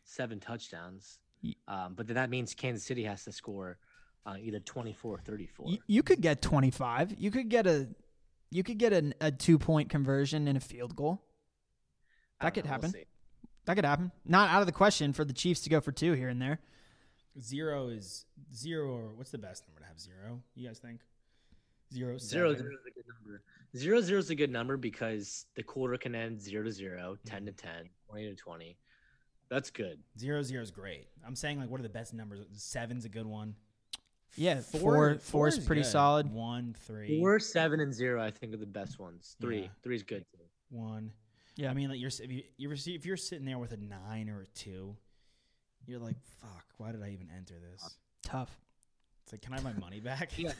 [SPEAKER 6] seven touchdowns.
[SPEAKER 5] Ye-
[SPEAKER 6] Um, but then that means Kansas City has to score uh, either 24 or 34.
[SPEAKER 5] you, you could get 25 you could get a you could get an, a two point conversion and a field goal
[SPEAKER 6] I
[SPEAKER 5] that
[SPEAKER 6] don't
[SPEAKER 5] could
[SPEAKER 6] know, we'll
[SPEAKER 5] happen
[SPEAKER 6] see.
[SPEAKER 5] that could happen not out of the question for the chiefs to go for two here and there
[SPEAKER 1] Zero is zero. Or what's the best number to have? Zero. You guys think? Zero.
[SPEAKER 6] Zero
[SPEAKER 1] seven?
[SPEAKER 6] zero is a good number. Zero zero is a good number because the quarter can end zero to zero, 10 to 10, 20 to 20. That's good.
[SPEAKER 1] Zero zero is great. I'm saying like what are the best numbers? Seven's a good one.
[SPEAKER 5] Yeah, four-
[SPEAKER 1] four
[SPEAKER 5] four's pretty
[SPEAKER 1] good.
[SPEAKER 5] solid.
[SPEAKER 1] One three
[SPEAKER 6] Four, seven, and zero, I think, are the best ones. Three.
[SPEAKER 1] Yeah.
[SPEAKER 6] Three's good. Too.
[SPEAKER 1] one.
[SPEAKER 5] Yeah.
[SPEAKER 1] I mean like you're s- if you you receive, if you're sitting there with a nine or a two, you're like fuck. Why did I even enter this?
[SPEAKER 5] tough
[SPEAKER 1] It's like can I have my money back?
[SPEAKER 6] Yeah.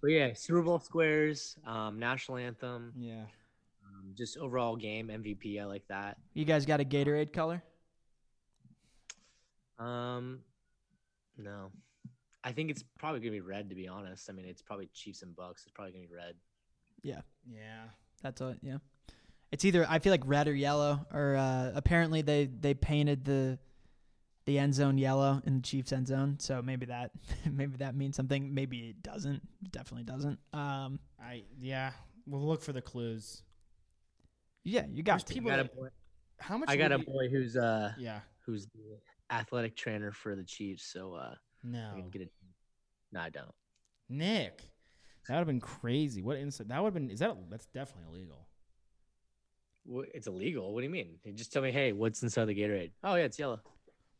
[SPEAKER 6] But yeah, Super Bowl squares, um, national anthem,
[SPEAKER 1] yeah.
[SPEAKER 6] um, just overall game MVP. I like that.
[SPEAKER 5] you guys got a gatorade color
[SPEAKER 6] Um, no, I think it's probably gonna be red. To be honest, I mean, it's probably Chiefs and Bucks. It's probably gonna be red.
[SPEAKER 1] Yeah.
[SPEAKER 5] that's all yeah it's either i feel like red or yellow or uh apparently they they painted the the end zone yellow in the chiefs end zone so maybe that maybe that means something maybe it doesn't definitely doesn't um
[SPEAKER 1] I yeah. We'll look for the clues.
[SPEAKER 5] yeah you
[SPEAKER 1] There's
[SPEAKER 5] got to.
[SPEAKER 1] people.
[SPEAKER 6] I got a
[SPEAKER 1] that-
[SPEAKER 6] boy.
[SPEAKER 1] how much?
[SPEAKER 6] I got a
[SPEAKER 1] would you-
[SPEAKER 6] boy who's uh
[SPEAKER 1] Yeah.
[SPEAKER 6] who's the athletic trainer for the Chiefs. So uh, I
[SPEAKER 1] No.
[SPEAKER 6] can get it. No, I don't.
[SPEAKER 1] Nick. That would have been crazy. What insight? That would have been. Is that? That's definitely illegal.
[SPEAKER 6] Wha- It's illegal. What do you mean? You just tell me, hey, what's inside the Gatorade? Oh yeah, it's yellow.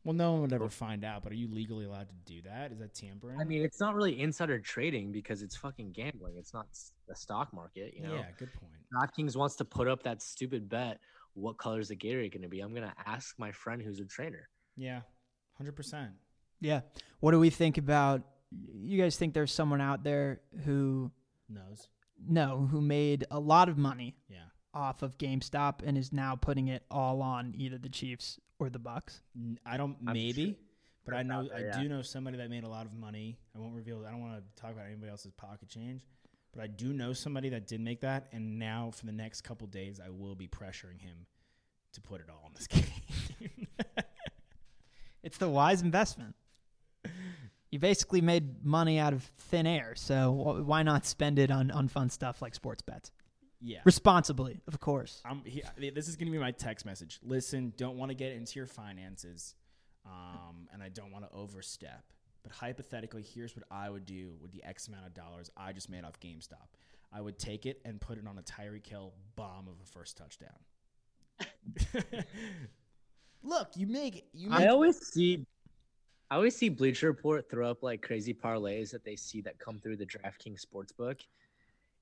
[SPEAKER 1] Well, no one would ever find out, but are you legally allowed to do that? Is that tampering?
[SPEAKER 6] I mean, it's not really insider trading because it's fucking gambling. It's not s- the stock market, you know.
[SPEAKER 1] yeah, good point.
[SPEAKER 6] DraftKings wants to put up that stupid bet. What color is the Gatorade going to be? I'm going to ask my friend who's a trainer.
[SPEAKER 1] Yeah, hundred percent.
[SPEAKER 5] Yeah. What do we think about you guys think there's someone out there who
[SPEAKER 1] Knows.
[SPEAKER 5] no, who made a lot of money
[SPEAKER 1] Yeah,
[SPEAKER 5] off of GameStop and is now putting it all on either the Chiefs or the Bucks.
[SPEAKER 1] N- I don't
[SPEAKER 6] I'm
[SPEAKER 1] maybe,
[SPEAKER 6] sure
[SPEAKER 1] but I know
[SPEAKER 6] out there,
[SPEAKER 1] I
[SPEAKER 6] yeah.
[SPEAKER 1] do know somebody that made a lot of money. I won't reveal. I don't want to talk about anybody else's pocket change, but I do know somebody that did make that. And now for the next couple days, I will be pressuring him to put it all on this game.
[SPEAKER 5] It's the wise investment. You basically made money out of thin air, so wh- why not spend it on, on fun stuff like sports bets?
[SPEAKER 1] yeah.
[SPEAKER 5] Responsibly, of course.
[SPEAKER 1] I'm he, I- this is going to be my text message. Listen, don't want to get into your finances, um, and I don't want to overstep. But hypothetically, here's what I would do with the X amount of dollars I just made off GameStop. I would take it and put it on a Tyreek Hill bomb of a first touchdown. Look, you make you
[SPEAKER 6] I
[SPEAKER 1] make
[SPEAKER 6] always see, I always see Bleacher Report throw up like crazy parlays that they see that come through the DraftKings sportsbook,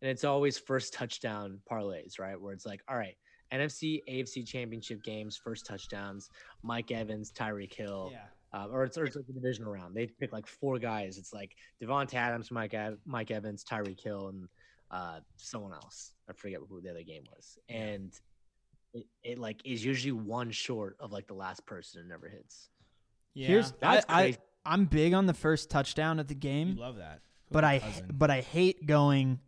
[SPEAKER 6] and it's always first touchdown parlays, right? Where it's like, all right, NFC, AFC championship games, first touchdowns, Mike Evans, Tyreek Hill,
[SPEAKER 1] yeah.
[SPEAKER 6] um, or it's, or it's like the divisional round. They pick like four guys. It's like Devonte Adams, Mike Ev- Mike Evans, Tyreek Hill, and uh, someone else. I forget who the other game was. And it, it like is usually one short of like the last person and never hits.
[SPEAKER 1] yeah.
[SPEAKER 5] Here's I,
[SPEAKER 6] That's
[SPEAKER 5] I
[SPEAKER 6] crazy.
[SPEAKER 5] I'm big on the first touchdown of the
[SPEAKER 1] you
[SPEAKER 5] game,
[SPEAKER 1] love that. Who's
[SPEAKER 5] but
[SPEAKER 1] my
[SPEAKER 5] I
[SPEAKER 1] cousin?
[SPEAKER 5] but I hate going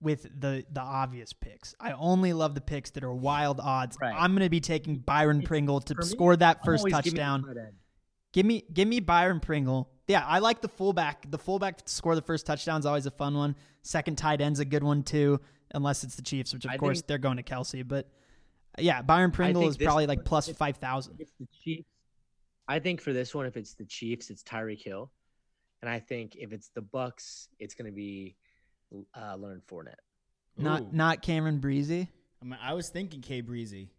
[SPEAKER 5] with the the obvious picks. I only love the picks that are wild odds.
[SPEAKER 6] Right.
[SPEAKER 5] I'm going to be taking Byron Pringle to
[SPEAKER 6] for me,
[SPEAKER 5] score that
[SPEAKER 6] I'm
[SPEAKER 5] first
[SPEAKER 6] always giving
[SPEAKER 5] touchdown.
[SPEAKER 6] the tight end.
[SPEAKER 5] Give me give me Byron Pringle. Yeah, I like the fullback. The fullback to score the first touchdown is always a fun one. Second tight end's a good one too, unless it's the Chiefs, which of
[SPEAKER 6] I
[SPEAKER 5] course
[SPEAKER 6] think-
[SPEAKER 5] they're going to Kelsey. But yeah, Byron Pringle
[SPEAKER 6] think
[SPEAKER 5] is
[SPEAKER 6] this
[SPEAKER 5] probably like
[SPEAKER 6] one-
[SPEAKER 5] plus five thousand.
[SPEAKER 6] If It's the Chiefs. I think for this one, if it's the Chiefs, it's Tyreek Hill, and I think if it's the Bucks, it's going to be uh, Leonard Fournette.
[SPEAKER 1] Ooh.
[SPEAKER 5] Not not Cameron Breezy.
[SPEAKER 1] I, mean, I was thinking K Breezy.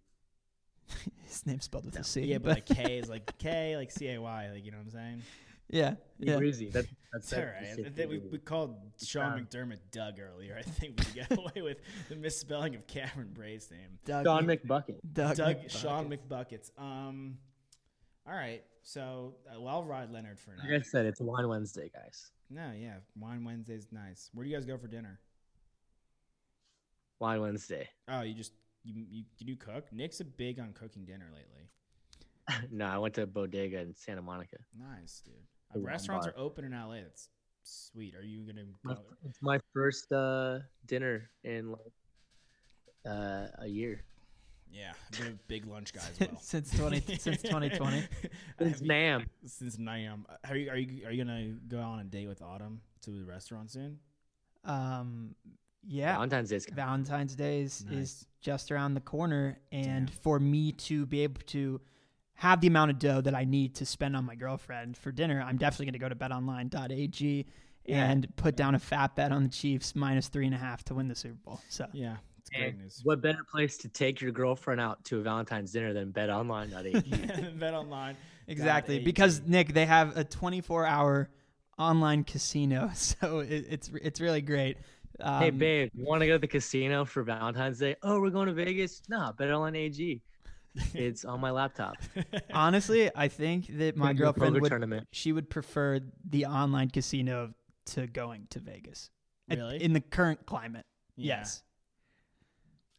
[SPEAKER 5] His name's spelled with a C.
[SPEAKER 1] Yeah, but like K is like K like C A Y like you know what I'm saying.
[SPEAKER 5] yeah, yeah.
[SPEAKER 6] Breezy. That's that's
[SPEAKER 1] It's all right. I think we, we called Sean McDermott Doug earlier. I think we could get away with the misspelling of Cameron Bray's name.
[SPEAKER 5] Doug,
[SPEAKER 6] Don McBucket.
[SPEAKER 5] Doug,
[SPEAKER 1] Doug
[SPEAKER 5] McBucket.
[SPEAKER 1] Sean McBuckets. Um, all right. So uh, well, I'll ride Leonard for now.
[SPEAKER 6] Like I said, it's Wine Wednesday, guys.
[SPEAKER 1] No, yeah. Wine Wednesday's nice. Where do you guys go for dinner?
[SPEAKER 6] Wine Wednesday.
[SPEAKER 1] Oh, you just you you, you do cook. Nick's a big on cooking dinner lately.
[SPEAKER 6] no, I went to Bodega in Santa Monica.
[SPEAKER 1] Nice, dude.
[SPEAKER 6] The
[SPEAKER 1] Uh,
[SPEAKER 6] wine
[SPEAKER 1] restaurants
[SPEAKER 6] bar.
[SPEAKER 1] are open in LA. That's sweet. Are you gonna
[SPEAKER 6] My-
[SPEAKER 1] go?
[SPEAKER 6] It's my first uh, dinner in like uh, a year.
[SPEAKER 1] Yeah, I've been a big lunch guy as well.
[SPEAKER 5] Since 20 since 2020.
[SPEAKER 6] It's
[SPEAKER 1] Have you-
[SPEAKER 6] ma'am.
[SPEAKER 1] since Niam. Are Uh, you are you are you gonna go on a date with Autumn to the restaurant soon?
[SPEAKER 5] Um, yeah.
[SPEAKER 6] Valentine's Day.
[SPEAKER 5] Valentine's Day is,
[SPEAKER 1] Nice.
[SPEAKER 5] is just around the corner, and
[SPEAKER 1] Damn.
[SPEAKER 5] for me to be able to have the amount of dough that I need to spend on my girlfriend for dinner, I'm definitely going to go to BetOnline.ag and put down a fat bet on the Chiefs minus three and a half to win the Super Bowl. So
[SPEAKER 1] Yeah, it's great news.
[SPEAKER 6] What better place to take your girlfriend out to a Valentine's dinner than BetOnline.ag?
[SPEAKER 1] Bet online.
[SPEAKER 5] exactly,
[SPEAKER 1] AG.
[SPEAKER 5] because Nick, they have a 24 hour online casino, so it, it's it's really great. Um,
[SPEAKER 6] hey babe, you want to go to the casino for Valentine's Day? Oh, we're going to Vegas. No, BetOnline.ag. It's on my laptop.
[SPEAKER 5] honestly, I think that my
[SPEAKER 6] Gonna do a
[SPEAKER 5] girlfriend
[SPEAKER 6] poker
[SPEAKER 5] would
[SPEAKER 6] tournament.
[SPEAKER 5] she would prefer the online casino to going to Vegas. At-
[SPEAKER 1] Really?
[SPEAKER 5] In the current climate.
[SPEAKER 1] Yeah.
[SPEAKER 5] Yes.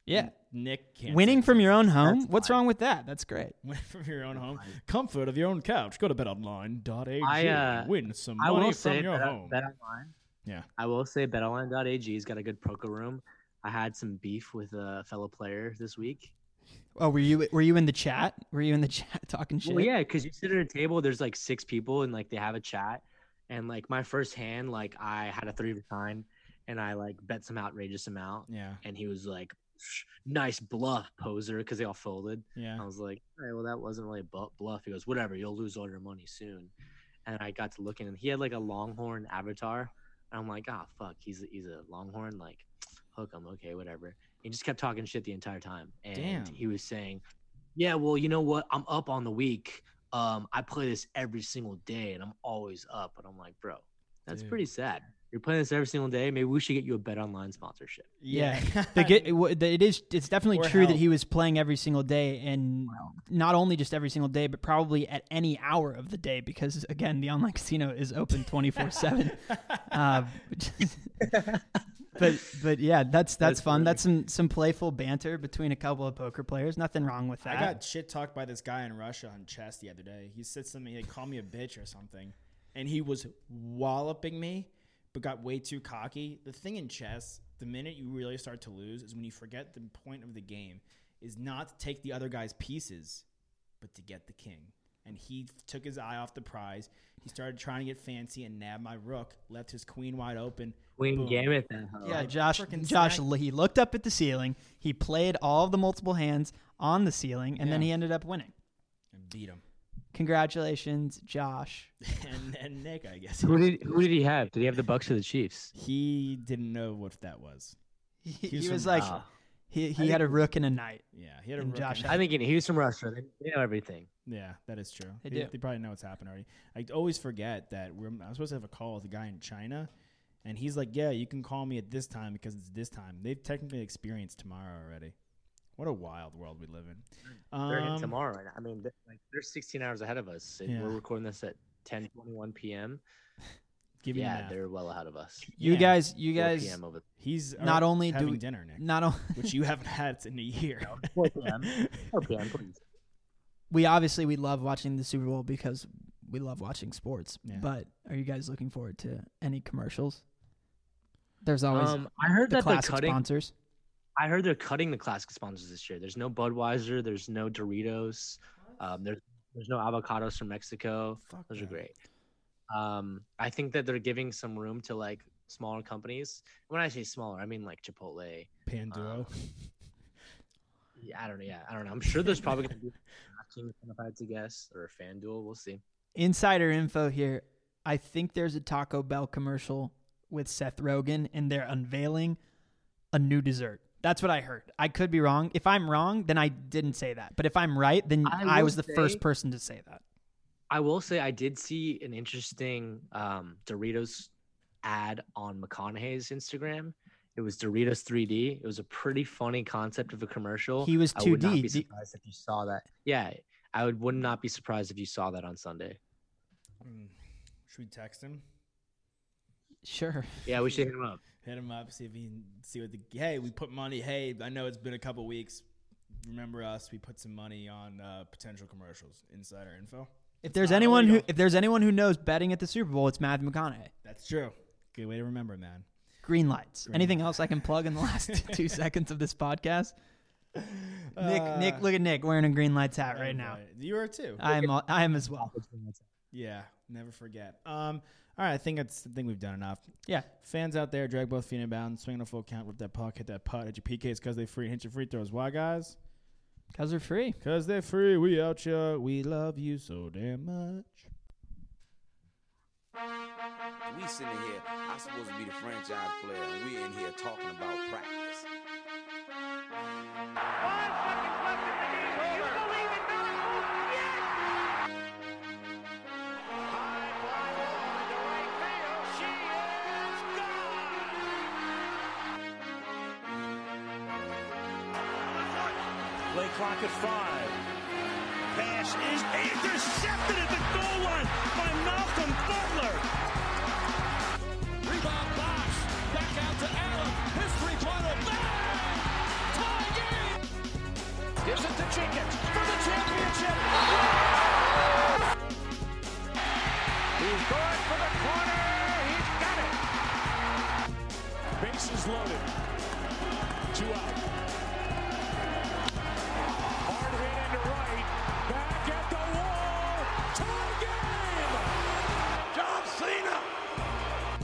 [SPEAKER 5] Yeah.
[SPEAKER 1] Nick can't
[SPEAKER 5] Winning
[SPEAKER 1] say
[SPEAKER 5] from your own home?
[SPEAKER 6] That's
[SPEAKER 5] What's
[SPEAKER 6] fine.
[SPEAKER 5] wrong with that? That's great.
[SPEAKER 1] Win from your own home, comfort of your own couch. Go to betonline.ag.
[SPEAKER 6] I, uh,
[SPEAKER 1] Win some
[SPEAKER 6] I
[SPEAKER 1] money
[SPEAKER 6] will
[SPEAKER 1] from
[SPEAKER 6] say
[SPEAKER 1] your
[SPEAKER 6] Bet-
[SPEAKER 1] home.
[SPEAKER 6] BetOnline.
[SPEAKER 1] Yeah.
[SPEAKER 6] I will say BetOnline.ag's got a good poker room. I had some beef with a fellow player this week.
[SPEAKER 5] Oh, were you were you in the chat? Were you in the chat talking shit?
[SPEAKER 6] Well, yeah, because you sit at a table, there's like six people, and like they have a chat. And like my first hand, like I had a three of a kind, and I like bet some outrageous amount.
[SPEAKER 1] yeah,
[SPEAKER 6] And he was like, "Psh, "Nice bluff, poser," because they all folded.
[SPEAKER 1] yeah.
[SPEAKER 6] I was like, all right, well, that wasn't really a bu- bluff. He goes, whatever, you'll lose all your money soon. And I got to looking, and he had like a Longhorn avatar. And I'm like, ah, fuck, he's a, he's a Longhorn. Like, hook him, okay, whatever. He just kept talking shit the entire time, and
[SPEAKER 1] Damn.
[SPEAKER 6] he was saying, yeah, well, you know what? I'm up on the week. Um, I play this every single day, and I'm always up. And I'm like, bro, that's
[SPEAKER 1] Dude.
[SPEAKER 6] pretty sad. You're playing this every single day. Maybe we should get you a bet online sponsorship.
[SPEAKER 5] Yeah. The good, it, wa- the- it is. It's definitely
[SPEAKER 1] Or
[SPEAKER 5] true that
[SPEAKER 1] help.
[SPEAKER 5] he was playing every single day, and not only just every single day, but probably at any hour of the day, because again, the online casino is open twenty four seven. Uh, but but yeah, that's that's,
[SPEAKER 6] That's
[SPEAKER 5] fun.
[SPEAKER 6] funny.
[SPEAKER 5] That's some some playful banter between a couple of poker players. Nothing wrong with that.
[SPEAKER 1] I got shit talked by this guy in Russia on chess the other day. He said something, he called me a bitch or something, and he was walloping me, but got way too cocky. The thing in chess, the minute you really start to lose is when you forget the point of the game is not to take the other guy's pieces, but to get the king. And he took his eye off the prize. He started trying to get fancy and nabbed my rook, left his queen wide open.
[SPEAKER 6] Queen
[SPEAKER 1] Boom.
[SPEAKER 6] Gamut that hoe.
[SPEAKER 5] Hmm. yeah,
[SPEAKER 1] I
[SPEAKER 5] Josh.
[SPEAKER 1] frickin'
[SPEAKER 5] Josh.
[SPEAKER 1] snack-
[SPEAKER 5] He looked up at the ceiling. He played all the multiple hands on the ceiling, and then
[SPEAKER 1] Yeah.
[SPEAKER 5] he ended up winning.
[SPEAKER 1] and beat him.
[SPEAKER 5] Congratulations, Josh.
[SPEAKER 1] and, and Nick, I guess.
[SPEAKER 6] Who did who did he have? Did he have the Bucks or the Chiefs?
[SPEAKER 1] He didn't know what that was.
[SPEAKER 5] He,
[SPEAKER 1] He's
[SPEAKER 5] he was
[SPEAKER 1] from
[SPEAKER 5] like,
[SPEAKER 6] Russia.
[SPEAKER 5] he, he had a rook and a knight.
[SPEAKER 1] Yeah, he had a
[SPEAKER 5] And
[SPEAKER 1] rook
[SPEAKER 5] Josh
[SPEAKER 1] in-
[SPEAKER 6] I'm thinking he was from Russia. They- They know everything.
[SPEAKER 1] Yeah, that is true.
[SPEAKER 5] They
[SPEAKER 1] They,
[SPEAKER 5] do.
[SPEAKER 1] they probably know what's happened already. I always forget that we're, I'm supposed to have a call with a guy in China, and he's like, "Yeah, you can call me at this time because it's this time." They've technically experienced tomorrow already. What a wild world we live in.
[SPEAKER 6] They're in
[SPEAKER 1] Um,
[SPEAKER 6] tomorrow. right now. I mean, they're, like, they're 16 hours ahead of us. and We're
[SPEAKER 1] Yeah.
[SPEAKER 6] recording this at 10:21 p.m.
[SPEAKER 1] give me the
[SPEAKER 6] yeah,
[SPEAKER 1] math.
[SPEAKER 6] they're well ahead of us.
[SPEAKER 5] You
[SPEAKER 1] Yeah.
[SPEAKER 5] guys, you
[SPEAKER 6] 4
[SPEAKER 5] guys,
[SPEAKER 6] p.m. over.
[SPEAKER 1] He's
[SPEAKER 5] Not
[SPEAKER 1] al-
[SPEAKER 5] only do
[SPEAKER 1] having
[SPEAKER 5] we-
[SPEAKER 1] dinner, Nick,
[SPEAKER 5] not only
[SPEAKER 1] which you haven't had in a year.
[SPEAKER 6] 4 p.m. 4 p.m. Please.
[SPEAKER 5] we obviously we love watching the Super Bowl because we love watching sports.
[SPEAKER 1] Yeah.
[SPEAKER 5] But are you guys looking forward to any commercials? There's always
[SPEAKER 6] Um, I heard
[SPEAKER 5] the
[SPEAKER 6] that they're
[SPEAKER 5] classic
[SPEAKER 6] cutting.
[SPEAKER 5] sponsors.
[SPEAKER 6] I heard they're cutting the classic sponsors this year. There's no Budweiser. There's no Doritos. Um, there's there's no avocados from Mexico.
[SPEAKER 1] Fuck
[SPEAKER 6] Those are
[SPEAKER 1] that.
[SPEAKER 6] great. Um, I think that they're giving some room to like smaller companies. When I say smaller, I mean like Chipotle. Um,
[SPEAKER 1] Panduo.
[SPEAKER 6] Yeah, I don't know. Yeah, I don't know. I'm sure there's probably going to be DraftKings, if I had to guess, or FanDuel. We'll see.
[SPEAKER 5] Insider info here. I think there's a Taco Bell commercial with Seth Rogen, and they're unveiling a new dessert. That's what I heard. I could be wrong. If I'm wrong, then I didn't say that. But if I'm right, then
[SPEAKER 6] I
[SPEAKER 5] I, was
[SPEAKER 6] will
[SPEAKER 5] the first
[SPEAKER 6] say-
[SPEAKER 5] person to say that.
[SPEAKER 6] I will say I did see an interesting um, Doritos ad on McConaughey's Instagram. It was Doritos 3D. It was a pretty funny concept of a commercial.
[SPEAKER 5] He was
[SPEAKER 6] I would not
[SPEAKER 5] 2D.
[SPEAKER 6] be
[SPEAKER 5] The-
[SPEAKER 6] surprised if you saw that. Yeah, I would would not be surprised if you saw that on Sunday.
[SPEAKER 1] Mm. Should we text him?
[SPEAKER 5] Sure.
[SPEAKER 6] Yeah, we should hit him up.
[SPEAKER 1] Hit him up, see if he can see what the hey, we put money. Hey, I know it's been a couple weeks. Remember us? We put some money on uh, potential commercials. Insider info.
[SPEAKER 5] If there's
[SPEAKER 1] not
[SPEAKER 5] anyone who
[SPEAKER 1] illegal.
[SPEAKER 5] if there's anyone who knows betting at the Super Bowl, it's Matthew McConaughey.
[SPEAKER 1] That's true. Good way to remember, man.
[SPEAKER 5] Green lights. Anything else I can plug in the last two seconds of this podcast? Nick, Nick, look at Nick wearing a green lights hat right now. Uh,
[SPEAKER 1] you are too.
[SPEAKER 5] I am, I am as well.
[SPEAKER 1] yeah, never forget. Um, all right, I think that's I think we've done enough.
[SPEAKER 5] Yeah,
[SPEAKER 1] Fans out there, drag both feet inbound, swing on a full count, rip that puck, hit that putt, hit your PKs because they free, and hit your free throws. Why, guys?
[SPEAKER 5] cause they're free.
[SPEAKER 1] Because they're free. We out ya. We love you so damn much.
[SPEAKER 2] We sitting here, I supposed to be the franchise player, and we in here talking about practice.
[SPEAKER 3] Five seconds left in the game. Do you believe in miracles? Yes! High fly ball into right field. She is gone!
[SPEAKER 7] Play clock at five. Pass is intercepted at the goal line by Malcolm Butler.
[SPEAKER 4] Rebound Bosch. Back out to Allen. His three-pointer. Bang! Tie game. Gives it to Jenkins for the championship. He's going for the corner. He's got it. Base is loaded. Two out. Hard hit into right. Back at the wall. Tie game. John Cena.